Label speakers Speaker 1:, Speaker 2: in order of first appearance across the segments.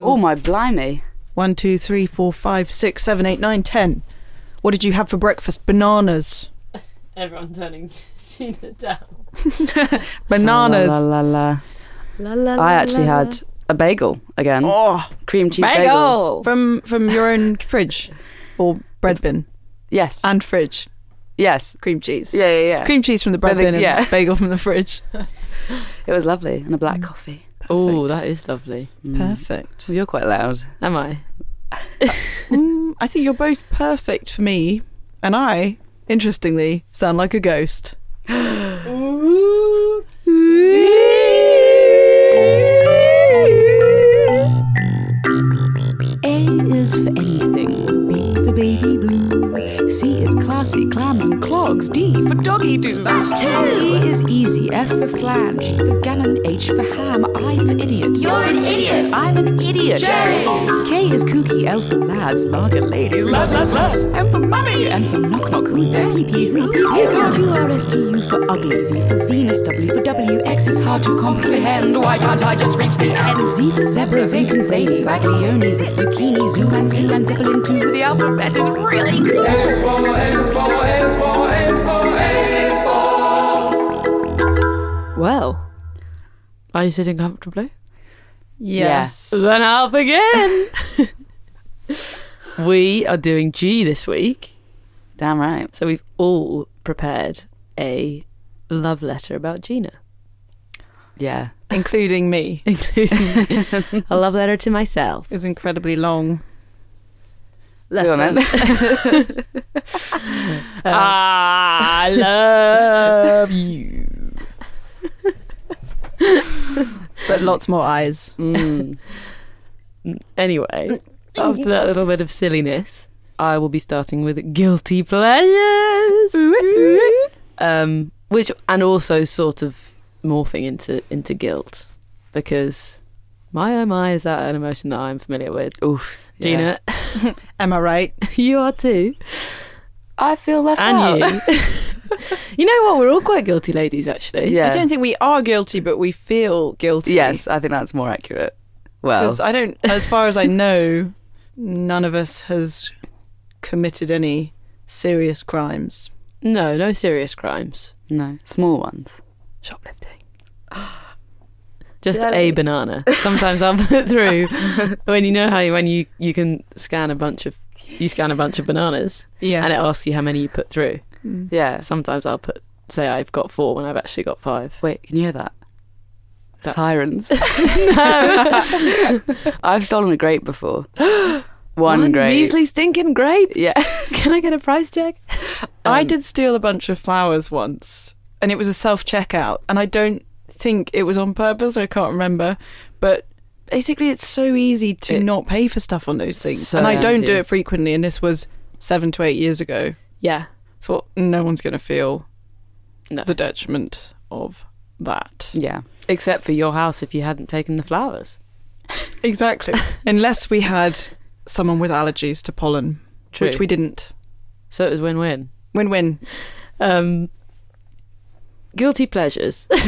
Speaker 1: Oh my blimey!
Speaker 2: One, two, three, four, five, six, seven, eight, nine, ten. What did you have for breakfast? Bananas.
Speaker 3: Everyone turning Gina down.
Speaker 2: Bananas.
Speaker 1: La, la, la, la.
Speaker 3: La, la,
Speaker 1: I actually had a bagel again.
Speaker 2: Oh,
Speaker 1: Cream cheese bagel.
Speaker 3: bagel.
Speaker 2: from from your own fridge or bread bin
Speaker 1: Yes.
Speaker 2: and fridge
Speaker 1: yes.
Speaker 2: cream cheese.
Speaker 1: Yeah, yeah, yeah.
Speaker 2: Cream cheese from the bread
Speaker 1: But the-
Speaker 2: bin and
Speaker 1: yeah.
Speaker 2: bagel from the fridge.
Speaker 1: It was lovely. And a black
Speaker 2: Mm.
Speaker 1: coffee.
Speaker 3: Oh, that is lovely.
Speaker 1: Mm.
Speaker 2: Perfect.
Speaker 1: Well, you're quite loud.
Speaker 3: Am I?
Speaker 2: Mm, I think you're both perfect for me, and I, interestingly, sound like a ghost.
Speaker 4: A is for anything. B for baby blue. C is classy, clams and clogs. D for doggy do. That's two. E is easy. F for flange. G for gammon. H for ham. I for idiot. You're an idiot. I'm an idiot. J. K is kooky. L for lads. R for ladies. Lads, lads, lads. M for mummy. N for knock knock. Who's there? Pee pee who? Here go. Q R S T U for ugly. V for Venus. W for W. X is hard to comprehend. Why can't I just reach the end? Z for zebra. Zinc and zany. Baglioni. Zip zucchini. Zoo and zoo and zeppelin too. The alphabet is really cool.
Speaker 3: Well, are you sitting comfortably?
Speaker 1: Yes.
Speaker 3: Then up again. we are doing G this week,
Speaker 1: Damn right.
Speaker 3: so we've all prepared a love letter about Gina,
Speaker 1: Yeah.
Speaker 2: including me,
Speaker 3: including a love letter to myself.
Speaker 2: is incredibly long.
Speaker 1: Go on then.
Speaker 2: I love you. but lots more eyes.
Speaker 1: Mm.
Speaker 3: Anyway, after that little bit of silliness, I will be starting with guilty pleasures, um, which and also sort of morphing into into guilt because my oh my is that an emotion that I'm familiar with.
Speaker 1: Oof. Yeah.
Speaker 3: Gina,
Speaker 2: Am I right?
Speaker 3: you are too,
Speaker 1: I feel left out.
Speaker 3: and you. you know what? We're all quite guilty ladies, actually.
Speaker 1: Yeah.
Speaker 2: I don't think we are guilty, but we feel guilty.
Speaker 1: Yes, I think that's more accurate. Well,
Speaker 2: Because I don't, as far as I know, none of us has committed any serious crimes.
Speaker 3: No, no serious crimes.
Speaker 1: no, small ones.
Speaker 3: Shoplifting. Just a banana. Sometimes I'll put through when you know how you, when you you can scan a bunch of you scan a bunch of bananas
Speaker 2: Yeah.
Speaker 3: and it asks you how many you put through.
Speaker 1: Yeah.
Speaker 3: Sometimes I'll put say I've got four when I've actually got five.
Speaker 1: Wait, can you hear that?
Speaker 3: That-
Speaker 1: Sirens. I've stolen a grape before. One, grape.
Speaker 3: measly stinking grape.
Speaker 1: Yeah.
Speaker 3: Can I get a price check?
Speaker 2: I
Speaker 1: Um,
Speaker 2: did steal a bunch of flowers once, and it was a self checkout, and I don't think it was on purpose. I can't remember, but basically, it's so easy to
Speaker 1: It-
Speaker 2: not pay for stuff on those things,
Speaker 1: So
Speaker 2: and I don't
Speaker 1: easy.
Speaker 2: do it frequently. And this was seven to eight years ago.
Speaker 3: Yeah.
Speaker 2: Thought no one's going to feel
Speaker 3: No.
Speaker 2: the detriment of that.
Speaker 1: Yeah.
Speaker 3: Except for your house if you hadn't taken the flowers.
Speaker 2: Exactly, unless we had someone with allergies to pollen,
Speaker 3: True.
Speaker 2: which we didn't.
Speaker 3: So it was win win.
Speaker 2: Win win.
Speaker 3: Um Guilty pleasures. Can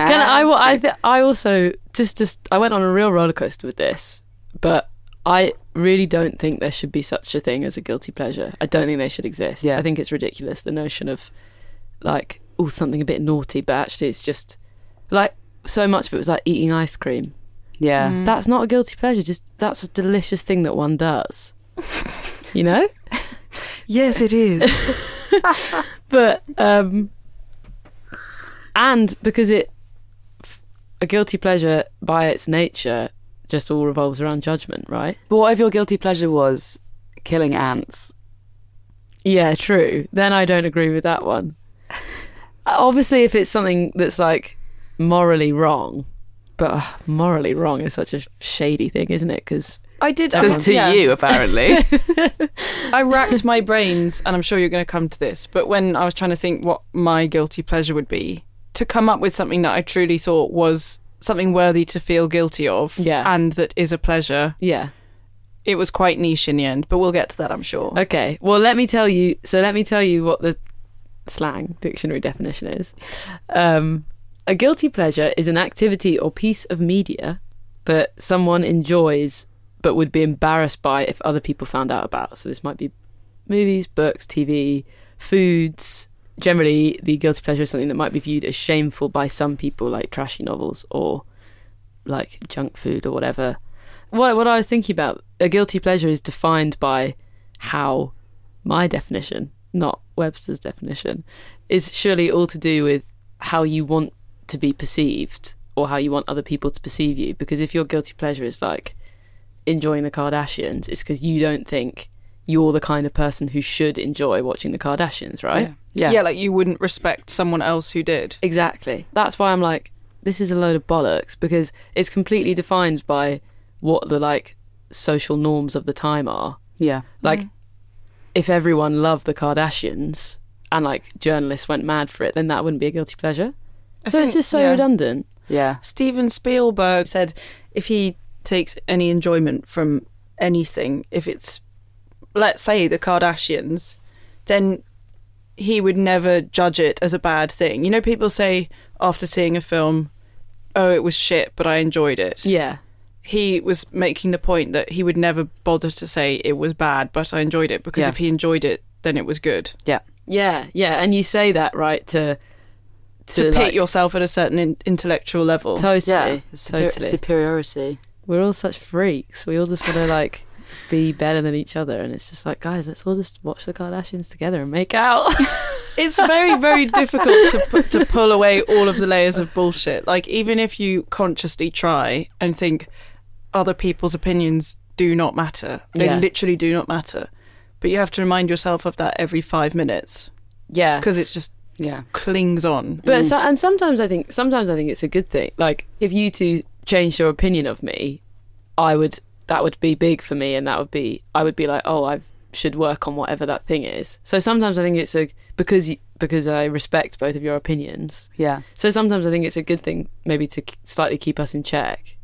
Speaker 3: I? Well, I, th- I also just just I went on a real roller coaster with this, but I really don't think there should be such a thing as a guilty pleasure. I don't think they should exist.
Speaker 1: Yeah.
Speaker 3: I think it's ridiculous the notion of like oh something a bit naughty, but actually it's just like so much of it was like eating ice cream.
Speaker 1: Yeah.
Speaker 3: That's not a guilty pleasure. Just that's a delicious thing that one does. you know.
Speaker 2: Yes, it is.
Speaker 3: but um and because it f- a guilty pleasure by its nature just all revolves around judgment right
Speaker 1: But what if your guilty pleasure was killing ants?
Speaker 3: yeah true then i don't agree with that one Uh, obviously if it's something that's like morally wrong but uh, morally wrong is such a shady thing isn't it because
Speaker 2: I did. um,
Speaker 1: To, to
Speaker 2: yeah.
Speaker 1: you, apparently.
Speaker 2: I racked my brains, and I'm sure you're going to come to this, but when I was trying to think what my guilty pleasure would be, to come up with something that I truly thought was something worthy to feel guilty of
Speaker 3: Yeah.
Speaker 2: and that is a pleasure,
Speaker 3: yeah
Speaker 2: it was quite niche in the end, but we'll get to that, I'm sure.
Speaker 3: Okay. Well, let me tell you. So let me tell you what the slang dictionary definition is. Um, a guilty pleasure is an activity or piece of media that someone enjoys but would be embarrassed by if other people found out about. So this might be movies, books, TV, foods. Generally, the guilty pleasure is something that might be viewed as shameful by some people, like trashy novels or like junk food or whatever. What what I was thinking about a guilty pleasure is defined by how my definition, not Webster's definition, is surely all to do with how you want to be perceived or how you want other people to perceive you. Because if your guilty pleasure is like enjoying the Kardashians, it's because you don't think you're the kind of person who should enjoy watching the Kardashians, right?
Speaker 2: Yeah. like you wouldn't respect someone else who did.
Speaker 3: Exactly. That's why I'm like, this is a load of bollocks because it's completely defined by what the like social norms of the time are.
Speaker 1: Yeah.
Speaker 3: Like,
Speaker 2: Mm.
Speaker 3: if everyone loved the Kardashians and like journalists went mad for it, then that wouldn't be a guilty pleasure.
Speaker 2: I
Speaker 3: so it's
Speaker 2: think-
Speaker 3: just so
Speaker 2: yeah.
Speaker 3: redundant.
Speaker 1: Yeah.
Speaker 2: Steven Spielberg said if he takes any enjoyment from anything, if it's, let's say, the Kardashians, then he would never judge it as a bad thing. You know, people say after seeing a film, oh, it was shit, but I enjoyed it.
Speaker 3: Yeah.
Speaker 2: He was making the point that he would never bother to say it was bad, but I enjoyed it because
Speaker 1: Yeah.
Speaker 2: if he enjoyed it, then it was good.
Speaker 1: Yeah.
Speaker 3: Yeah, yeah, and you say that right to
Speaker 2: To,
Speaker 3: to,
Speaker 2: pit
Speaker 3: like,
Speaker 2: yourself at a certain in- intellectual level.
Speaker 3: totally,
Speaker 1: Super-
Speaker 3: totally.
Speaker 1: superiority.
Speaker 3: We're all such freaks. We all just want to like be better than each other, and it's just like, guys, let's all just watch the Kardashians together and make out.
Speaker 2: it's very very difficult to pu- to pull away all of the layers of bullshit. Like even if you consciously try and think other people's opinions do not matter, they
Speaker 3: Yeah.
Speaker 2: literally do not matter. But you have to remind yourself of that every five minutes
Speaker 3: yeah,
Speaker 2: because it just
Speaker 1: Yeah.
Speaker 2: clings on.
Speaker 3: But so, and sometimes I think sometimes I think it's a good thing. Like if you two changed your opinion of me, I would that would be big for me, and that would be I would be like, oh, I should work on whatever that thing is. So sometimes I think it's a because you, because I respect both of your opinions.
Speaker 1: Yeah.
Speaker 3: So sometimes I think it's a good thing maybe to k- slightly keep us in check.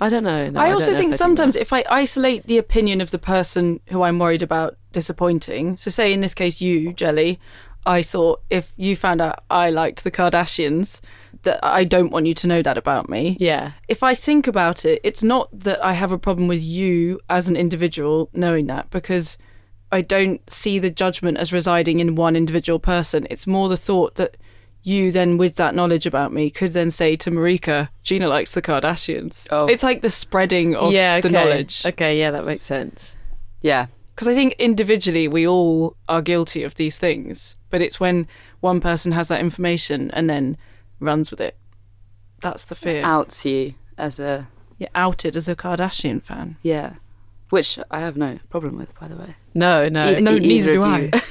Speaker 3: I don't know. No,
Speaker 2: I
Speaker 3: don't
Speaker 2: also
Speaker 3: know
Speaker 2: think
Speaker 3: if I do
Speaker 2: sometimes if I isolate the opinion of the person who I'm worried about disappointing, so say in this case you, Jelly, I thought if you found out I liked the Kardashians, that I don't want you to know that about me.
Speaker 3: that. Yeah.
Speaker 2: if I think about it, it's not that I have a problem with you as an individual knowing that because I don't see the judgment as residing in one individual person. It's more the thought that you then, with that knowledge about me, could then say to Marika, Gina likes the Kardashians.
Speaker 1: Oh.
Speaker 2: It's like the spreading of
Speaker 3: yeah.
Speaker 2: the
Speaker 3: okay.
Speaker 2: knowledge.
Speaker 3: Okay. Yeah, that makes sense.
Speaker 1: Yeah.
Speaker 2: Because I think individually we all are guilty of these things, but it's when one person has that information and then runs with it. That's the fear.
Speaker 1: Outs you as a
Speaker 2: You're outed as a Kardashian fan.
Speaker 1: yeah, which I have no problem with, by the way.
Speaker 3: No. No.
Speaker 1: E-
Speaker 2: no,
Speaker 1: e- either
Speaker 2: neither do
Speaker 1: of
Speaker 2: I.
Speaker 1: you.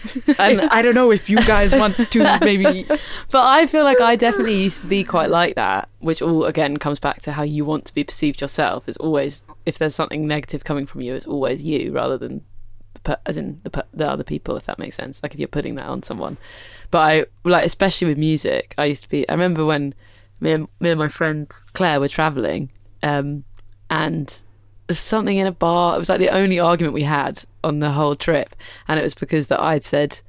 Speaker 3: Um,
Speaker 2: I don't know if you guys want to maybe.
Speaker 3: But I feel like I definitely used to be quite like that, which all again comes back to how you want to be perceived yourself. It's always if there's something negative coming from you, it's always you rather than the per- as in the per- the other people, if that makes sense. Like if you're putting that on someone. But I like especially with music, I used to be. I remember when me and, me and my friend Claire were traveling, um, and there's something in a bar. It was like the only argument we had on the whole trip, and it was because that I'd said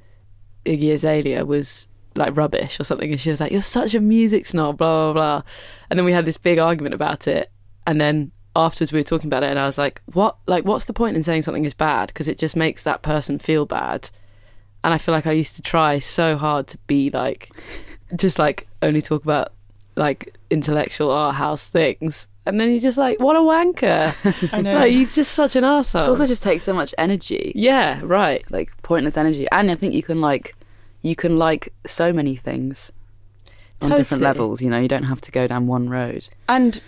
Speaker 3: Iggy Azalea was like rubbish or something, and she was like, "You're such a music snob," blah blah blah. And then we had this big argument about it, and then afterwards we were talking about it, and I was like, "What? Like, what's the point in saying something is bad? Because it just makes that person feel bad." And I feel like I used to try so hard to be like, just like only talk about like intellectual art house things. And then you're just like, what a wanker!
Speaker 2: I know.
Speaker 3: Like, you're just such an asshole.
Speaker 1: It also just takes so much energy,
Speaker 3: Oh. yeah, right.
Speaker 1: like pointless energy, and I think you can like you can like so many things on different
Speaker 3: Totally.
Speaker 1: levels. You know, you don't have to go down one road.
Speaker 2: and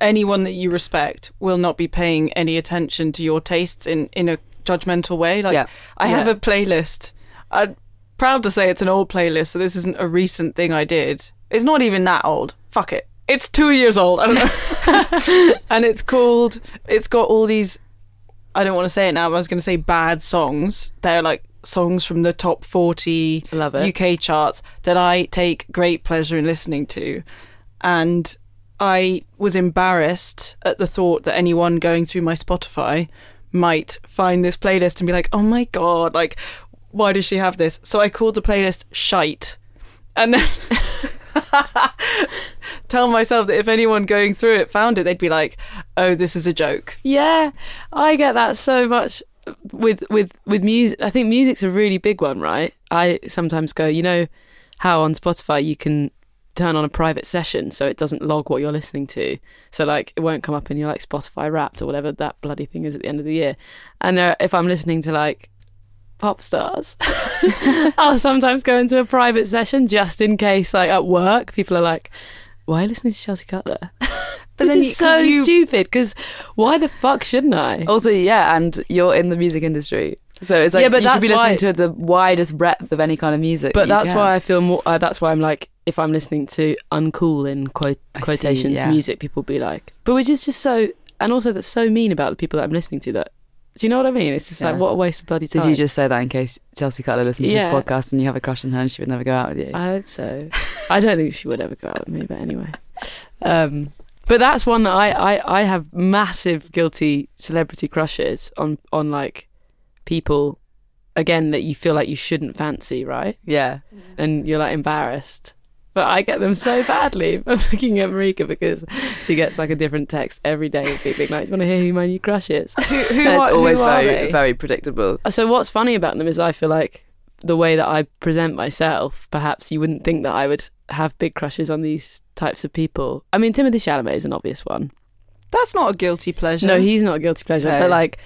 Speaker 2: anyone that you respect will not be paying any attention to your tastes in in a judgmental way. Like
Speaker 1: Yeah.
Speaker 2: I have
Speaker 3: Yeah.
Speaker 2: a playlist. I'm proud to say it's an old playlist, so this isn't a recent thing I did. It's not even that old. Fuck it. It's two years old. I don't know. and it's called. It's got all these. I don't want to say it now. But I was going to say bad songs. They're like songs from the top forty
Speaker 3: Love it.
Speaker 2: UK charts that I take great pleasure in listening to, and I was embarrassed at the thought that anyone going through my Spotify might find this playlist and be like, "Oh my god, like why does she have this?" So I called the playlist "Shite," and then tell myself that if anyone going through it found it, they'd be like, "Oh, this is a joke."
Speaker 3: Yeah, I get that so much with with with music. I think music's a really big one, right? I sometimes go, you know, how on Spotify you can turn on a private session so it doesn't log what you're listening to. So like it won't come up in your like Spotify Wrapped or whatever that bloody thing is at the end of the year. And uh, if I'm listening to like pop stars, I'll sometimes go into a private session just in case, like at work, people are like. Why are you listening to Chelsea Cutler?
Speaker 2: But then
Speaker 3: But then
Speaker 2: you- 'cause
Speaker 3: so
Speaker 2: you-
Speaker 3: stupid because why the fuck shouldn't I?
Speaker 1: Also, yeah, and you're in the music industry, so it's like
Speaker 3: Yeah, but
Speaker 1: you should be
Speaker 3: that's
Speaker 1: listening to
Speaker 3: why-
Speaker 1: the widest breadth of any kind of music. that
Speaker 3: But
Speaker 1: you
Speaker 3: that's
Speaker 1: can.
Speaker 3: why I feel more. Uh, that's why I'm like, if I'm listening to uncool in quote,
Speaker 1: I see,
Speaker 3: quotations
Speaker 1: yeah.
Speaker 3: music, people be like, but which is just so, and also that's so mean about the people that I'm listening to. That do you know what I mean? It's just
Speaker 1: Yeah.
Speaker 3: like what a waste of bloody time.
Speaker 1: Did you just say that in case Chelsea Cutler listens to
Speaker 3: Yeah. Uh,
Speaker 1: this podcast and you have a crush on her and she would never go out with you?
Speaker 3: I hope so. I don't think she would ever go out with me, but anyway. Um, but that's one that I, I, I have massive guilty celebrity crushes on on like people again that you feel like you shouldn't fancy, right?
Speaker 1: yeah.
Speaker 3: and you're like embarrassed. But I get them so badly from looking at Marika because she gets like a different text every day of people being like, Do you want to hear who my new crush is?
Speaker 2: Who, who
Speaker 1: And
Speaker 2: are,
Speaker 1: it's always
Speaker 2: who are
Speaker 1: very,
Speaker 2: they?
Speaker 1: very predictable.
Speaker 3: so, what's funny about them is I feel like the way that I present myself, perhaps you wouldn't think that I would have big crushes on these types of people. I mean, Timothy Chalamet is an obvious one.
Speaker 2: That's not a guilty pleasure.
Speaker 3: No, he's not a guilty pleasure,
Speaker 1: No.
Speaker 3: but like,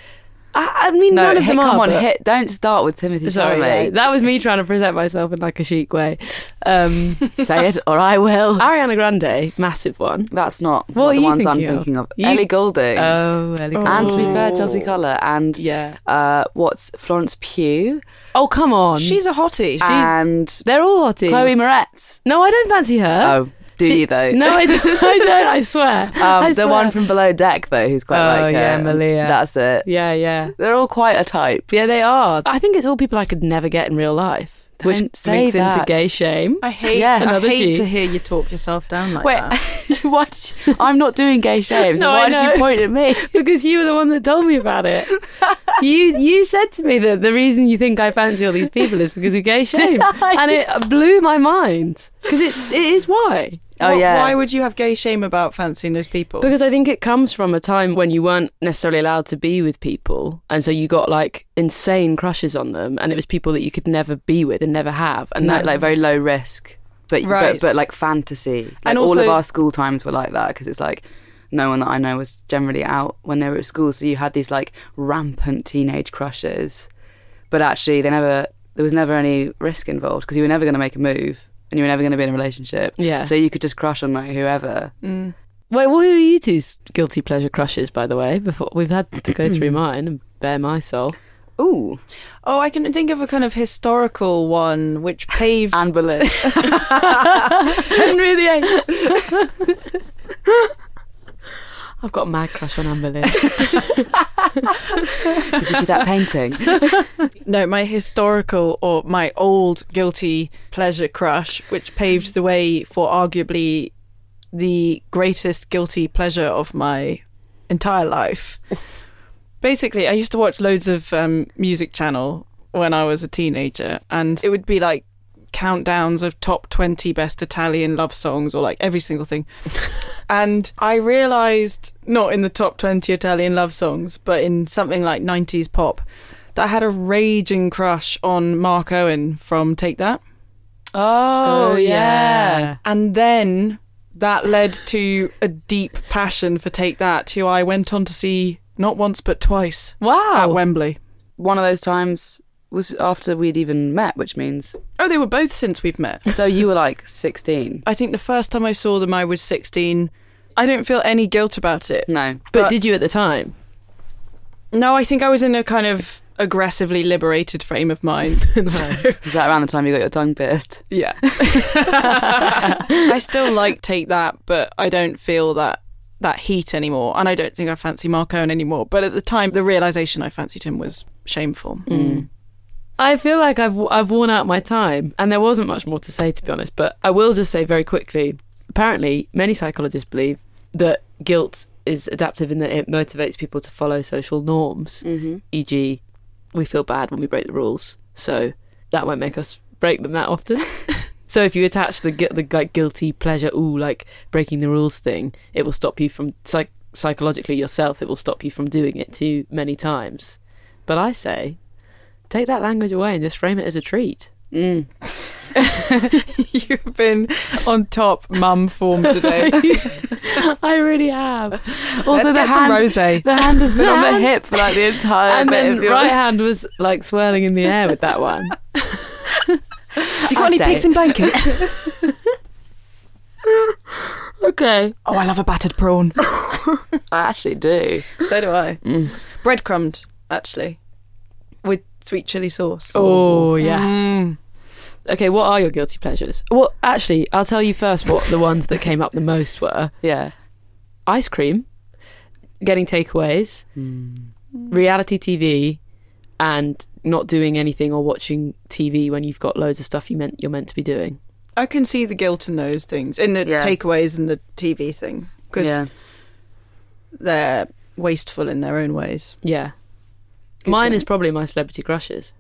Speaker 3: I, I mean,
Speaker 1: No,
Speaker 3: none of
Speaker 1: hit,
Speaker 3: them
Speaker 1: come
Speaker 3: are.
Speaker 1: on,
Speaker 3: but-
Speaker 1: hit. Don't start with Timothy
Speaker 3: Sorry, yeah,
Speaker 1: Chalamet.
Speaker 3: that was me trying to present myself in like a chic way. Um,
Speaker 1: Say it or I will.
Speaker 3: Ariana Grande, massive one.
Speaker 1: That's not
Speaker 3: What are
Speaker 1: the
Speaker 3: you
Speaker 1: ones I'm
Speaker 3: thinking of?
Speaker 1: thinking of.
Speaker 3: You-
Speaker 1: Ellie Goulding.
Speaker 3: Oh, Ellie
Speaker 2: Oh.
Speaker 1: and to be fair,
Speaker 2: Oh.
Speaker 1: Chelsea Cutler and
Speaker 3: Yeah.
Speaker 1: uh, what's Florence Pugh
Speaker 3: Oh, come on.
Speaker 2: she's a hottie.
Speaker 1: and
Speaker 3: They're all hotties.
Speaker 1: Chloe Moretz.
Speaker 3: No, I don't fancy her.
Speaker 1: Oh, do
Speaker 3: She-
Speaker 1: you though?
Speaker 3: No, I don't. I, don't, I swear.
Speaker 1: Um,
Speaker 3: I
Speaker 1: the
Speaker 3: swear.
Speaker 1: one from Below Deck though, who's quite
Speaker 3: Oh,
Speaker 1: like her.
Speaker 3: yeah, Malia.
Speaker 1: That's it.
Speaker 3: Yeah, yeah.
Speaker 1: They're all quite a type.
Speaker 3: Yeah, they are. I think it's all people I could never get in real life. Which
Speaker 1: Don't say
Speaker 3: links into
Speaker 1: that.
Speaker 3: gay shame.
Speaker 2: I hate.
Speaker 1: Yes.
Speaker 2: I
Speaker 3: Another G.
Speaker 2: hate to hear you talk yourself down like that.
Speaker 1: Wait, why did you, I'm not doing gay shames.
Speaker 3: No,
Speaker 1: why
Speaker 3: I
Speaker 1: did
Speaker 3: know.
Speaker 1: you point at me?
Speaker 3: because you were the one that told me about it. you you said to me that the reason you think I fancy all these people is because of gay shame.
Speaker 1: I?
Speaker 3: And it blew my mind. Because it, it is why.
Speaker 1: Oh
Speaker 2: Wh-
Speaker 1: yeah.
Speaker 2: Why would you have gay shame about fancying those people?
Speaker 3: Because I think it comes from a time when you weren't necessarily allowed to be with people. And so you got like insane crushes on them. And it was people that you could never be with and never have. And
Speaker 1: and that
Speaker 3: that's
Speaker 1: like very low risk, but
Speaker 2: Right.
Speaker 1: but, but like fantasy. Like,
Speaker 2: And
Speaker 1: all of
Speaker 2: also-
Speaker 1: our school times were like that because it's like no one that I know was generally out when they were at school, so you had these like rampant teenage crushes, but actually they never there was never any risk involved because you were never going to make a move and you were never going to be in a relationship.
Speaker 3: Yeah.
Speaker 1: So you could just crush on like whoever.
Speaker 2: Mm.
Speaker 3: Wait, well, who are you two's guilty pleasure crushes, by the way? Before we've had to go through mine and bare my soul.
Speaker 1: Ooh,
Speaker 2: Oh, I can think of a kind of historical one which paved.
Speaker 1: Anne Boleyn.
Speaker 3: Henry VIII. I've got a mad crush on Amber Lynn.
Speaker 1: Did you see that painting?
Speaker 2: No, my historical or my old guilty pleasure crush, which paved the way for arguably the greatest guilty pleasure of my entire life. Basically, I used to watch loads of um, music channel when I was a teenager, and it would be like countdowns of top 20 best Italian love songs or like every single thing. and I realized, not in the top 20 Italian love songs, but in something like 90s pop, that I had a raging crush on Mark Owen from Take That.
Speaker 1: Oh, yeah.
Speaker 2: And then that led to a deep passion for Take That, who I went on to see not once but twice at
Speaker 3: Wow.
Speaker 2: Wembley.
Speaker 1: One of those times was after we'd even met, which means
Speaker 2: Oh, they were both since we've met.
Speaker 1: so you were like sixteen.
Speaker 2: I think the first time I saw them, I was 16. I don't feel any guilt about it.
Speaker 1: No,
Speaker 3: but
Speaker 2: but-
Speaker 3: did you at the time?
Speaker 2: No, I think I was in a kind of aggressively liberated frame of mind.
Speaker 1: Is that around the time you got your tongue pierced?
Speaker 2: Yeah. I still like Take That, but I don't feel that that heat anymore. And I don't think I fancy Mark Owen anymore. But at the time, the realization I fancied him was shameful.
Speaker 3: Mm. I feel like I've I've worn out my time, and there wasn't much more to say to be honest. But I will just say very quickly. Apparently, many psychologists believe that guilt is adaptive in that it motivates people to follow social norms. Mm-hmm. E.g., we feel bad when we break the rules, so that won't make us break them that often. So if you attach the gu- the like guilty pleasure, ooh, like breaking the rules thing, it will stop you from psych- psychologically yourself. It will stop you from doing it too many times. But I say, take that language away and just frame it as a treat.
Speaker 1: Mm.
Speaker 2: You've been on top mum form today.
Speaker 3: I really have.
Speaker 1: Also, the hand,
Speaker 2: rosé.
Speaker 1: the hand has been
Speaker 3: The
Speaker 1: on the
Speaker 3: hand-
Speaker 1: hip for like the entire
Speaker 3: and
Speaker 1: bit
Speaker 3: then
Speaker 1: of your
Speaker 3: right hand was like swirling in the air with that one.
Speaker 2: You
Speaker 1: got any pigs in
Speaker 2: blankets?
Speaker 3: Okay.
Speaker 2: oh, I love a battered prawn.
Speaker 1: I actually do.
Speaker 2: so do I.
Speaker 1: Mm.
Speaker 2: Breadcrumbed, actually, with sweet chili sauce.
Speaker 3: Oh yeah.
Speaker 2: Mm.
Speaker 3: Okay, what are your guilty pleasures? Well, actually, I'll tell you first what the ones that came up the most were
Speaker 1: Yeah.
Speaker 3: ice cream, getting takeaways, reality TV, and not doing anything or watching TV when you've got loads of stuff you meant you're meant to be doing.
Speaker 2: I can see the guilt in those things, in the
Speaker 1: Yeah.
Speaker 2: takeaways and the TV thing, because
Speaker 1: Yeah.
Speaker 2: they're wasteful in their own ways.
Speaker 3: Yeah.
Speaker 1: Who's
Speaker 3: Mine
Speaker 1: going?
Speaker 3: is probably my celebrity crushes.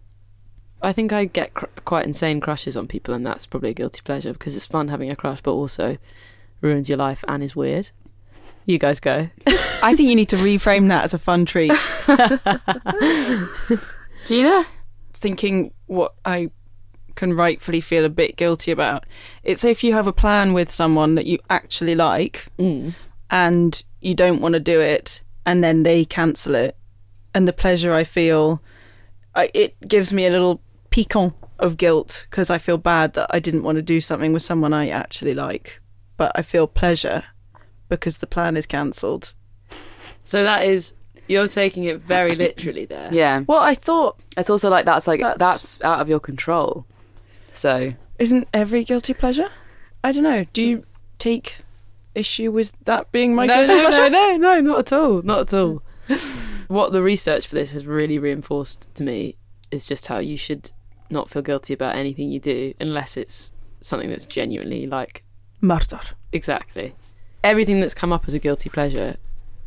Speaker 3: I think I get cr- quite insane crushes on people, and that's probably a guilty pleasure because it's fun having a crush, but also ruins your life and is weird. You guys go.
Speaker 2: I think you need to reframe that as a fun treat,
Speaker 1: Gina?
Speaker 2: thinking what I can rightfully feel a bit guilty about. It's if you have a plan with someone that you actually like,
Speaker 3: Mm.
Speaker 2: and you don't want to do it and then they cancel it and the pleasure i feel I, it gives me a little piquant of guilt because i feel bad that i didn't want to do something with someone i actually like but i feel pleasure because the plan is cancelled
Speaker 3: So that is, you're taking it very literally there.
Speaker 1: Yeah.
Speaker 2: well i thought
Speaker 1: It's also like that's like
Speaker 2: That's-
Speaker 1: that's, out of your control. So
Speaker 2: isn't every guilty pleasure i don't know do you take issue with that being my
Speaker 3: no,
Speaker 2: guilty
Speaker 3: no,
Speaker 2: pleasure
Speaker 3: no, no, no, not at all, not at all. what the research for this has really reinforced to me is just how you should not feel guilty about anything you do unless it's something that's genuinely like
Speaker 2: murder
Speaker 3: exactly everything that's come up as a guilty pleasure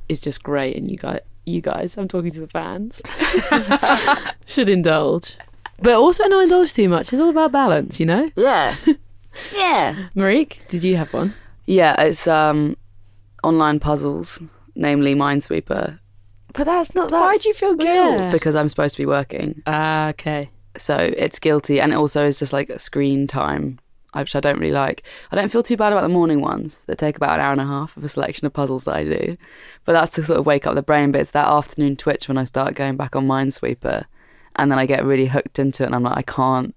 Speaker 3: is just great, and you guys, you guys, I'm talking to the fans, should indulge. But also not indulge too much. It's all about balance, you know.
Speaker 1: Yeah. yeah.
Speaker 3: Marique, did you have one?
Speaker 1: Yeah, it's um, online puzzles, namely Minesweeper,
Speaker 3: But that's not that.
Speaker 2: why do you feel guilt
Speaker 3: Oh, Yeah.
Speaker 1: because I'm supposed to be working.
Speaker 3: Ah, okay.
Speaker 1: So it's guilty, and it also is just like screen time, which I don't really like. I don't feel too bad about the morning ones that take about an hour and a half of a selection of puzzles that I do, but that's to sort of wake up the brain. But it's that afternoon twitch when I start going back on Minesweeper, and then I get really hooked into it, and I'm like, I can't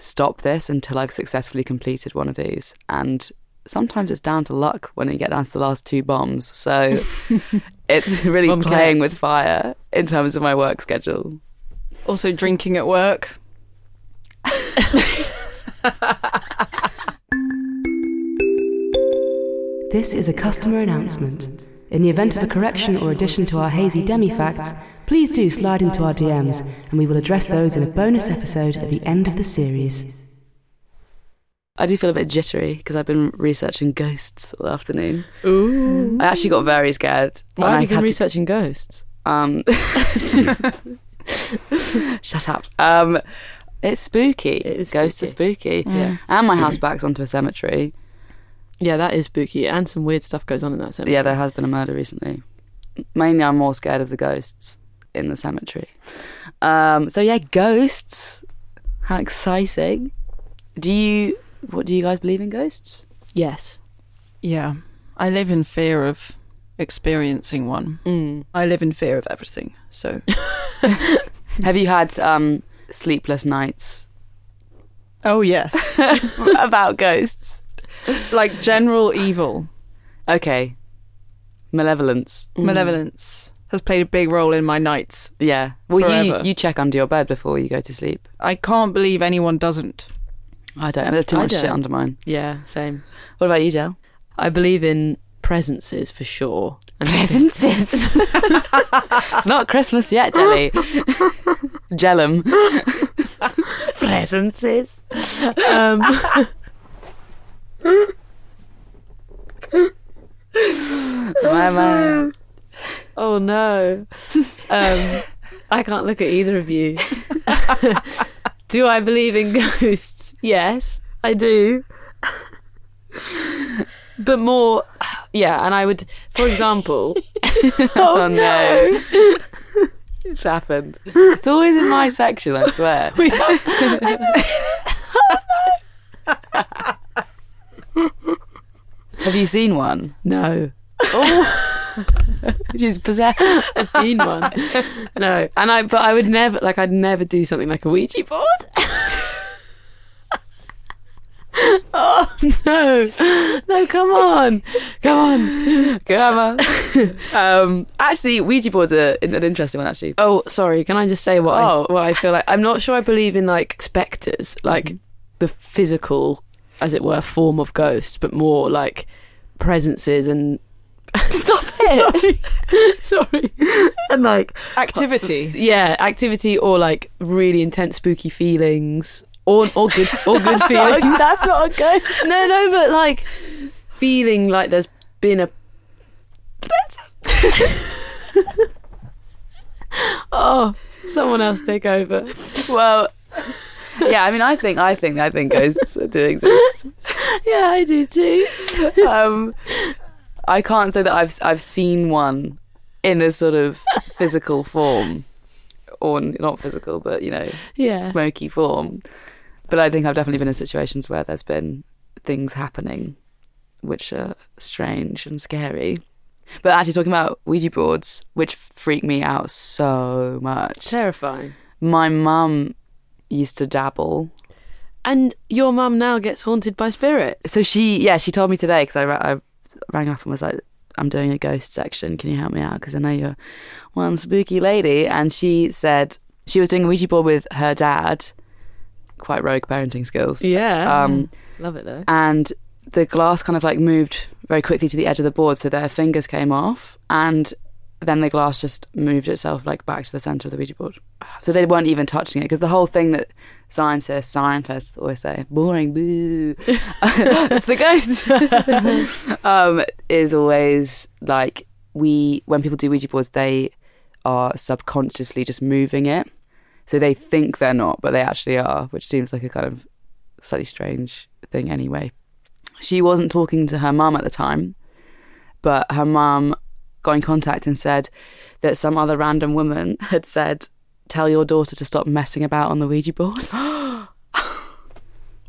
Speaker 1: stop this until I've successfully completed one of these, and. Sometimes it's down to luck when you get down to the last two bombs. So it's really
Speaker 3: Bomb
Speaker 1: playing
Speaker 3: cats.
Speaker 1: with fire in terms of my work schedule.
Speaker 2: also drinking at work
Speaker 5: This is a customer announcement. In the event of a correction or addition to our hazy demi facts, please do slide into our DMs and we will address those in a bonus episode at the end of the series.
Speaker 1: I do feel a bit jittery because I've been researching ghosts all afternoon.
Speaker 3: Ooh.
Speaker 1: I actually got very scared.
Speaker 3: Why
Speaker 1: and I
Speaker 3: have you Uh, been
Speaker 1: had to-
Speaker 3: researching ghosts?
Speaker 1: um, shut up. Um, it's spooky.
Speaker 3: It is
Speaker 1: ghosts are spooky.
Speaker 3: Yeah.
Speaker 1: And my house backs onto a cemetery.
Speaker 3: Yeah, that is spooky, and some weird stuff goes on in that cemetery.
Speaker 1: Yeah, there has been a murder recently. Mainly, I'm more scared of the ghosts in the cemetery. Um, so yeah, ghosts. How exciting! Do you? What do you guys believe in ghosts?
Speaker 3: Yes.
Speaker 2: Yeah. I live in fear of experiencing one.
Speaker 3: Mm.
Speaker 2: I live in fear of everything. So
Speaker 1: Have you had um, sleepless nights
Speaker 2: Oh yes.
Speaker 1: about ghosts?
Speaker 2: like general evil,
Speaker 1: Okay. Malevolence.
Speaker 2: Mm. malevolence has played a big role in my nights.
Speaker 1: Yeah. Well, you,
Speaker 2: Forever.
Speaker 1: you check under your bed before you go to sleep.
Speaker 2: I can't believe anyone doesn't.
Speaker 1: I don't. There's too
Speaker 3: I
Speaker 1: much shit
Speaker 3: don't.
Speaker 1: under mine.
Speaker 3: Yeah, same.
Speaker 1: What about you, Del?
Speaker 3: I believe in presences for sure. And
Speaker 1: Presences. it's not Christmas yet, Jelly. Jellum.
Speaker 3: presences. um,
Speaker 1: Mama.
Speaker 3: oh no. Um, I can't look at either of you. Do I believe in ghosts? Yes. I do. but more, yeah. And I would, for example,
Speaker 1: Oh, no. it's happened. It's always in my section, I swear. Have you seen one?
Speaker 3: no,
Speaker 1: She's possessed.
Speaker 3: mean one. No, and I, but I would never, like, I'd never do something like a Ouija board. oh no, no, come on, come on, come on.
Speaker 1: Um, actually, Ouija boards are an an interesting one, actually.
Speaker 3: Oh, sorry. Can I just say what
Speaker 1: Oh.
Speaker 3: I, what I feel like? I'm not sure I believe in like specters, like the physical, as it were, form of ghosts, but more like presences and. Stop it! sorry. and like
Speaker 2: Activity.
Speaker 3: yeah, activity or like really intense spooky feelings or or good or good feelings.
Speaker 1: That's not a ghost.
Speaker 3: No, no, but like feeling like there's been a. oh, someone else take over.
Speaker 1: Well, yeah, I mean, I think, I think, I think ghosts do exist.
Speaker 3: Yeah, I do too.
Speaker 1: Um, I can't say that I've I've seen one in a sort of physical form, or n- not physical, but you know,
Speaker 3: Yeah,
Speaker 1: smoky form. But I think I've definitely been in situations where there's been things happening which are strange and scary. But actually, talking about Ouija boards, which freak me out so much.
Speaker 3: terrifying.
Speaker 1: My mum used to dabble.
Speaker 3: And your mum now gets haunted by spirits.
Speaker 1: So she, yeah, she told me today because I, ra- I rang up and was like, I'm doing a ghost section. Can you help me out? Because I know you're one spooky lady. And she said she was doing a Ouija board with her dad. Quite rogue parenting skills.
Speaker 3: Yeah,
Speaker 1: Um,
Speaker 3: love it though.
Speaker 1: and the glass kind of like moved very quickly to the edge of the board so their fingers came off and then the glass just moved itself like back to the center of the ouija board so they weren't even touching it because the whole thing that scientists scientists always say boring boo it's the ghost um, is always like we when people do ouija boards they are subconsciously just moving it so they think they're not but they actually are which seems like a kind of slightly strange thing anyway. She wasn't talking to her mum at the time, but her mum got in contact and said that some other random woman had said, Tell your daughter to stop messing about on the Ouija board.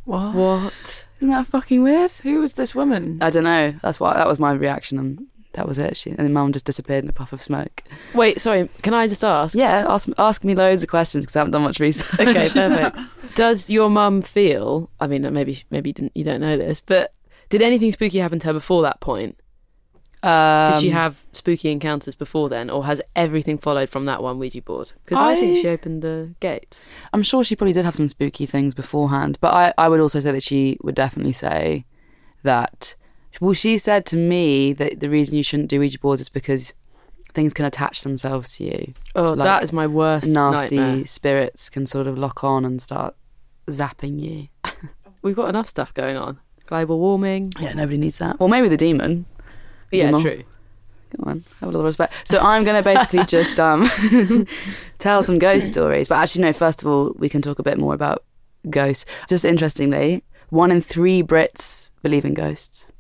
Speaker 2: What?
Speaker 3: What?
Speaker 1: Isn't that fucking weird?
Speaker 2: Who was this woman?
Speaker 1: I don't know. That's what that was my reaction and that was it. She, and then mum just disappeared in a puff of smoke.
Speaker 3: Wait, sorry. Can I just ask?
Speaker 1: Yeah, ask ask me loads of questions because I haven't done much research.
Speaker 3: Okay, perfect. Does your mum feel? I mean, uh, maybe maybe you, didn't, you don't know this, but did anything spooky happen to her before that point? Did she
Speaker 1: Um,
Speaker 3: have spooky encounters before then, or has everything followed from that one Ouija board? Because I, think
Speaker 1: I-
Speaker 3: she opened the gates.
Speaker 1: I'm sure she probably did have some spooky things beforehand, but I, I would also say that she would definitely say that. Well, she said to me that the reason you shouldn't do Ouija boards is because things can attach themselves to you.
Speaker 3: Oh,
Speaker 1: Like,
Speaker 3: that is my worst
Speaker 1: Nasty
Speaker 3: nightmare.
Speaker 1: spirits can sort of lock on and start zapping you.
Speaker 3: We've got enough stuff going on. Global warming.
Speaker 1: Yeah, nobody needs that. Well, maybe the demon.
Speaker 3: Yeah,
Speaker 1: Demon.
Speaker 3: true.
Speaker 1: Come on, have a little respect. So I'm going to basically just um, tell some ghost stories. But actually, no, first of all, we can talk a bit more about ghosts. Just interestingly, one in three Brits believe in ghosts,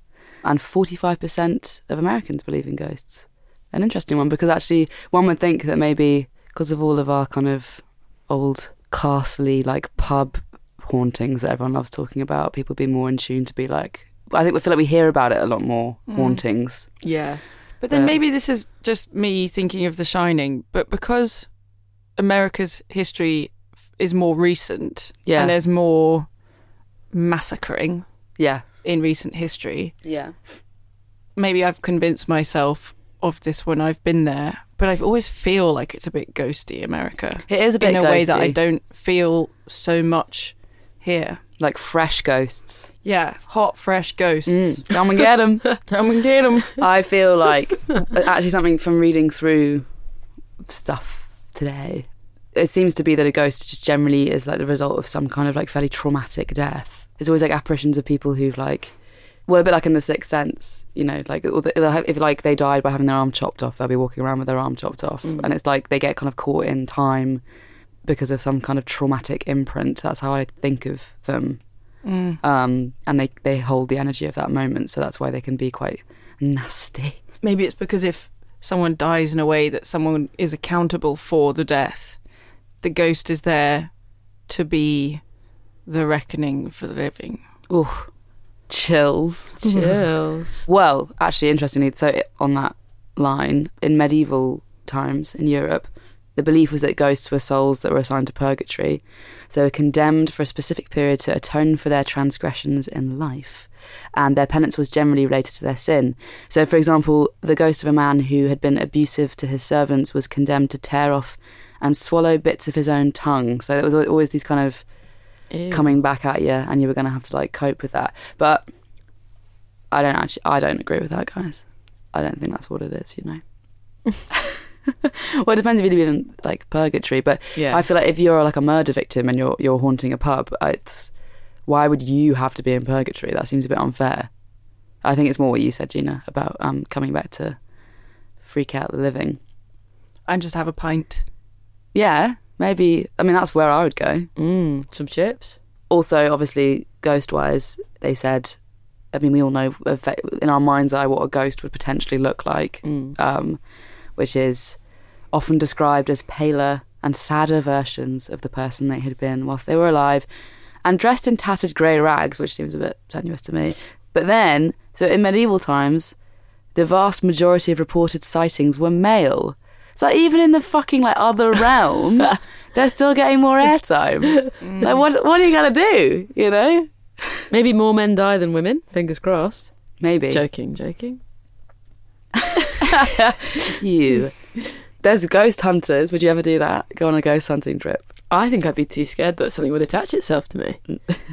Speaker 1: and 45% of Americans believe in ghosts. An interesting one because actually, one would think that maybe because of all of our kind of old castly, like pub hauntings that everyone loves talking about, people would be more in tune to be like, I think we feel like we hear about it a lot more hauntings.
Speaker 3: Yeah.
Speaker 2: But then
Speaker 1: Uh,
Speaker 2: maybe this is just me thinking of The Shining, but because America's history f- is more recent
Speaker 1: Yeah.
Speaker 2: and there's more massacring
Speaker 1: Yeah.
Speaker 2: in recent history,
Speaker 1: Yeah.
Speaker 2: maybe I've convinced myself of this when I've been there, but I always feel like it's a bit ghosty, America,
Speaker 1: It is a bit
Speaker 2: in a way that I
Speaker 1: ghosty.
Speaker 2: don't feel so much here.
Speaker 1: like fresh ghosts.
Speaker 2: Yeah, hot, fresh ghosts.
Speaker 1: Come and get them.
Speaker 2: Come and get them.
Speaker 1: Mm. I feel like uh, actually something from reading through stuff today. It seems to be that a ghost just generally is like the result of some kind of like fairly traumatic death. It's always like apparitions of people who've like, well, a bit like in the Sixth Sense, you know, like or the- if like they died by having their arm chopped off, they'll be walking around with their arm chopped off,
Speaker 2: Mm.
Speaker 1: and it's like they get kind of caught in time because of some kind of traumatic imprint. That's how I think of them.
Speaker 2: Mm.
Speaker 1: um, and they they hold the energy of that moment, so that's why they can be quite nasty.
Speaker 2: Maybe it's because if someone dies in a way that someone is accountable for the death, the ghost is there to be the reckoning for the living.
Speaker 1: Ooh, chills.
Speaker 3: Chills.
Speaker 1: Well, actually, interestingly, so it- on that line, in medieval times in Europe, the belief was that ghosts were souls that were assigned to purgatory. So they were condemned for a specific period to atone for their transgressions in life. And their penance was generally related to their sin. So, for example, the ghost of a man who had been abusive to his servants was condemned to tear off and swallow bits of his own tongue. So there was al- always these kind of
Speaker 3: Ew.
Speaker 1: coming back at you and you were going to have to like cope with that but i don't actually i don't agree with that guys i don't think that's what it is you know well it depends if you live in like purgatory but
Speaker 3: Yeah.
Speaker 1: i feel like if you're like a murder victim and you're you're haunting a pub it's why would you have to be in purgatory that seems a bit unfair i think it's more what you said gina about um coming back to freak out the living
Speaker 2: And just have a pint.
Speaker 1: yeah maybe i mean that's where i would go
Speaker 3: mm, some chips.
Speaker 1: also obviously ghost-wise they said i mean we all know of- in our mind's eye what a ghost would potentially look like
Speaker 3: Mm.
Speaker 1: um, which is often described as paler and sadder versions of the person they had been whilst they were alive and dressed in tattered grey rags which seems a bit tenuous to me but then so in medieval times the vast majority of reported sightings were male so like, even in the fucking like other realm they're still getting more airtime Mm. like what what are you gonna do you know
Speaker 3: Maybe more men die than women. Fingers crossed.
Speaker 1: maybe
Speaker 3: Joking, joking.
Speaker 1: you there's ghost hunters would you ever do that go on a ghost hunting trip
Speaker 3: I think I'd be too scared that something would attach itself to me.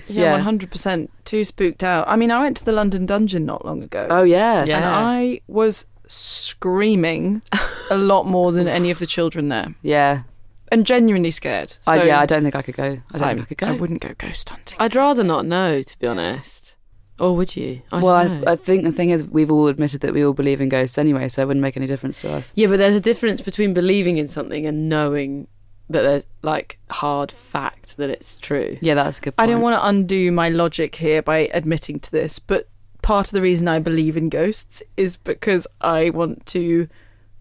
Speaker 1: Yeah.
Speaker 2: Yeah, 100%. Too spooked out. I mean, I went to the London Dungeon not long ago.
Speaker 1: oh yeah
Speaker 3: Yeah.
Speaker 2: And I was screaming a lot more than any of the children there.
Speaker 1: Yeah.
Speaker 2: And genuinely scared.
Speaker 1: I,
Speaker 2: So
Speaker 1: yeah, I don't think I could go. I don't
Speaker 2: I'm-
Speaker 1: think I could go.
Speaker 2: I wouldn't go ghost hunting.
Speaker 3: I'd rather not know, to be honest. Or would you? I
Speaker 1: well,
Speaker 3: don't know.
Speaker 1: I, I think the thing is, we've all admitted that we all believe in ghosts anyway, so it wouldn't make any difference to us.
Speaker 3: Yeah, but there's a difference between believing in something and knowing that there's like hard fact that it's true.
Speaker 1: Yeah, that's a good
Speaker 2: I
Speaker 1: point.
Speaker 2: don't want to undo my logic here by admitting to this, but part of the reason I believe in ghosts is because I want to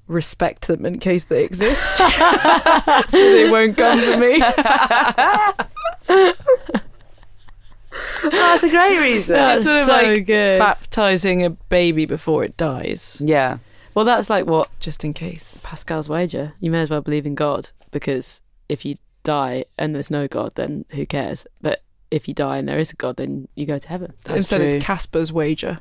Speaker 2: respect them in case they exist. so they won't come for me.
Speaker 1: that's a great reason.
Speaker 3: That's
Speaker 2: sort of
Speaker 3: so
Speaker 2: like
Speaker 3: good.
Speaker 2: Baptizing a baby before it dies,
Speaker 1: yeah.
Speaker 3: well, that's like what
Speaker 2: just in case.
Speaker 3: Pascal's wager. You may as well believe in God because if you die and there's no God, then who cares? But if you die and there is a God, then you go to heaven.
Speaker 1: That's
Speaker 2: Instead,
Speaker 1: true.
Speaker 2: it's Casper's wager.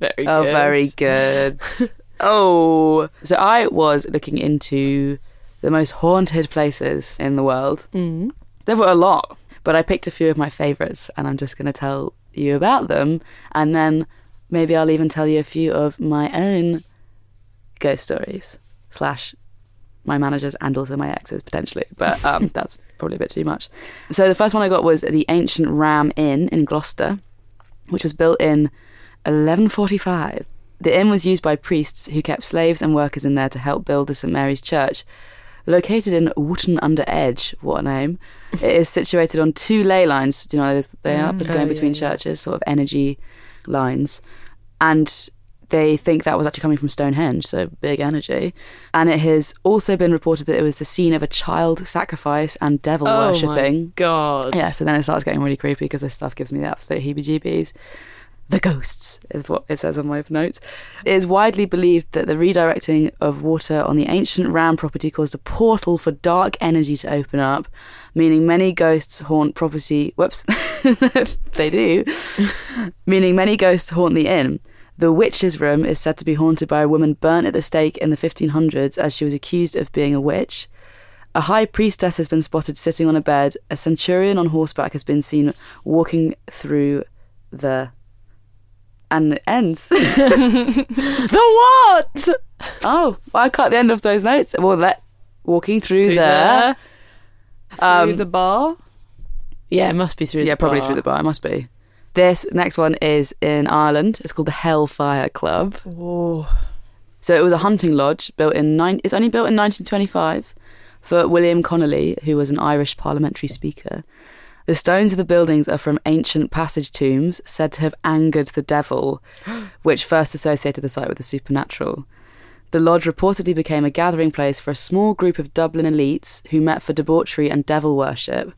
Speaker 3: Very
Speaker 1: Oh,
Speaker 3: good.
Speaker 1: very good. oh, so I was looking into the most haunted places in the world.
Speaker 3: Mm.
Speaker 1: There were a lot, but I picked a few of my favourites, and I'm just going to tell you about them, and then maybe I'll even tell you a few of my own ghost stories slash my managers and also my exes potentially, but um, that's probably a bit too much. So the first one I got was the ancient Ram Inn in Gloucester, which was built in 1145. The inn was used by priests who kept slaves and workers in there to help build the St Mary's Church. Located in Wootton under Edge, what a name. it is situated on two ley lines. Do you know what those they are? It's
Speaker 3: Oh,
Speaker 1: going
Speaker 3: yeah,
Speaker 1: between
Speaker 3: yeah.
Speaker 1: churches, sort of energy lines. And they think that was actually coming from Stonehenge, so big energy. And it has also been reported that it was the scene of a child sacrifice and devil
Speaker 3: Oh
Speaker 1: worshipping.
Speaker 3: my God.
Speaker 1: Yeah, so then it starts getting really creepy because this stuff gives me the absolute heebie jeebies. The ghosts is what it says on my notes. It is widely believed that the redirecting of water on the ancient Ram property caused a portal for dark energy to open up, meaning many ghosts haunt property. Whoops, they do. meaning many ghosts haunt the inn. The witch's room is said to be haunted by a woman burnt at the stake in the 1500s as she was accused of being a witch. A high priestess has been spotted sitting on a bed. A centurion on horseback has been seen walking through the. And it ends.
Speaker 3: The what?
Speaker 1: oh, I cut the end of those notes. Well, let walking through,
Speaker 3: Through
Speaker 1: the.
Speaker 3: the-
Speaker 2: Through the bar?
Speaker 3: Yeah, it must be through.
Speaker 1: Yeah,
Speaker 3: the
Speaker 1: probably
Speaker 3: bar.
Speaker 1: through the bar. It must be. This next one is in Ireland. It's called the Hellfire Club.
Speaker 2: Oh,
Speaker 1: So it was a hunting lodge built in nine. It's only built in 1925 for William Connolly, who was an Irish parliamentary speaker. The stones of the buildings are from ancient passage tombs said to have angered the devil, which first associated the site with the supernatural. The lodge reportedly became a gathering place for a small group of Dublin elites who met for debauchery and devil worship.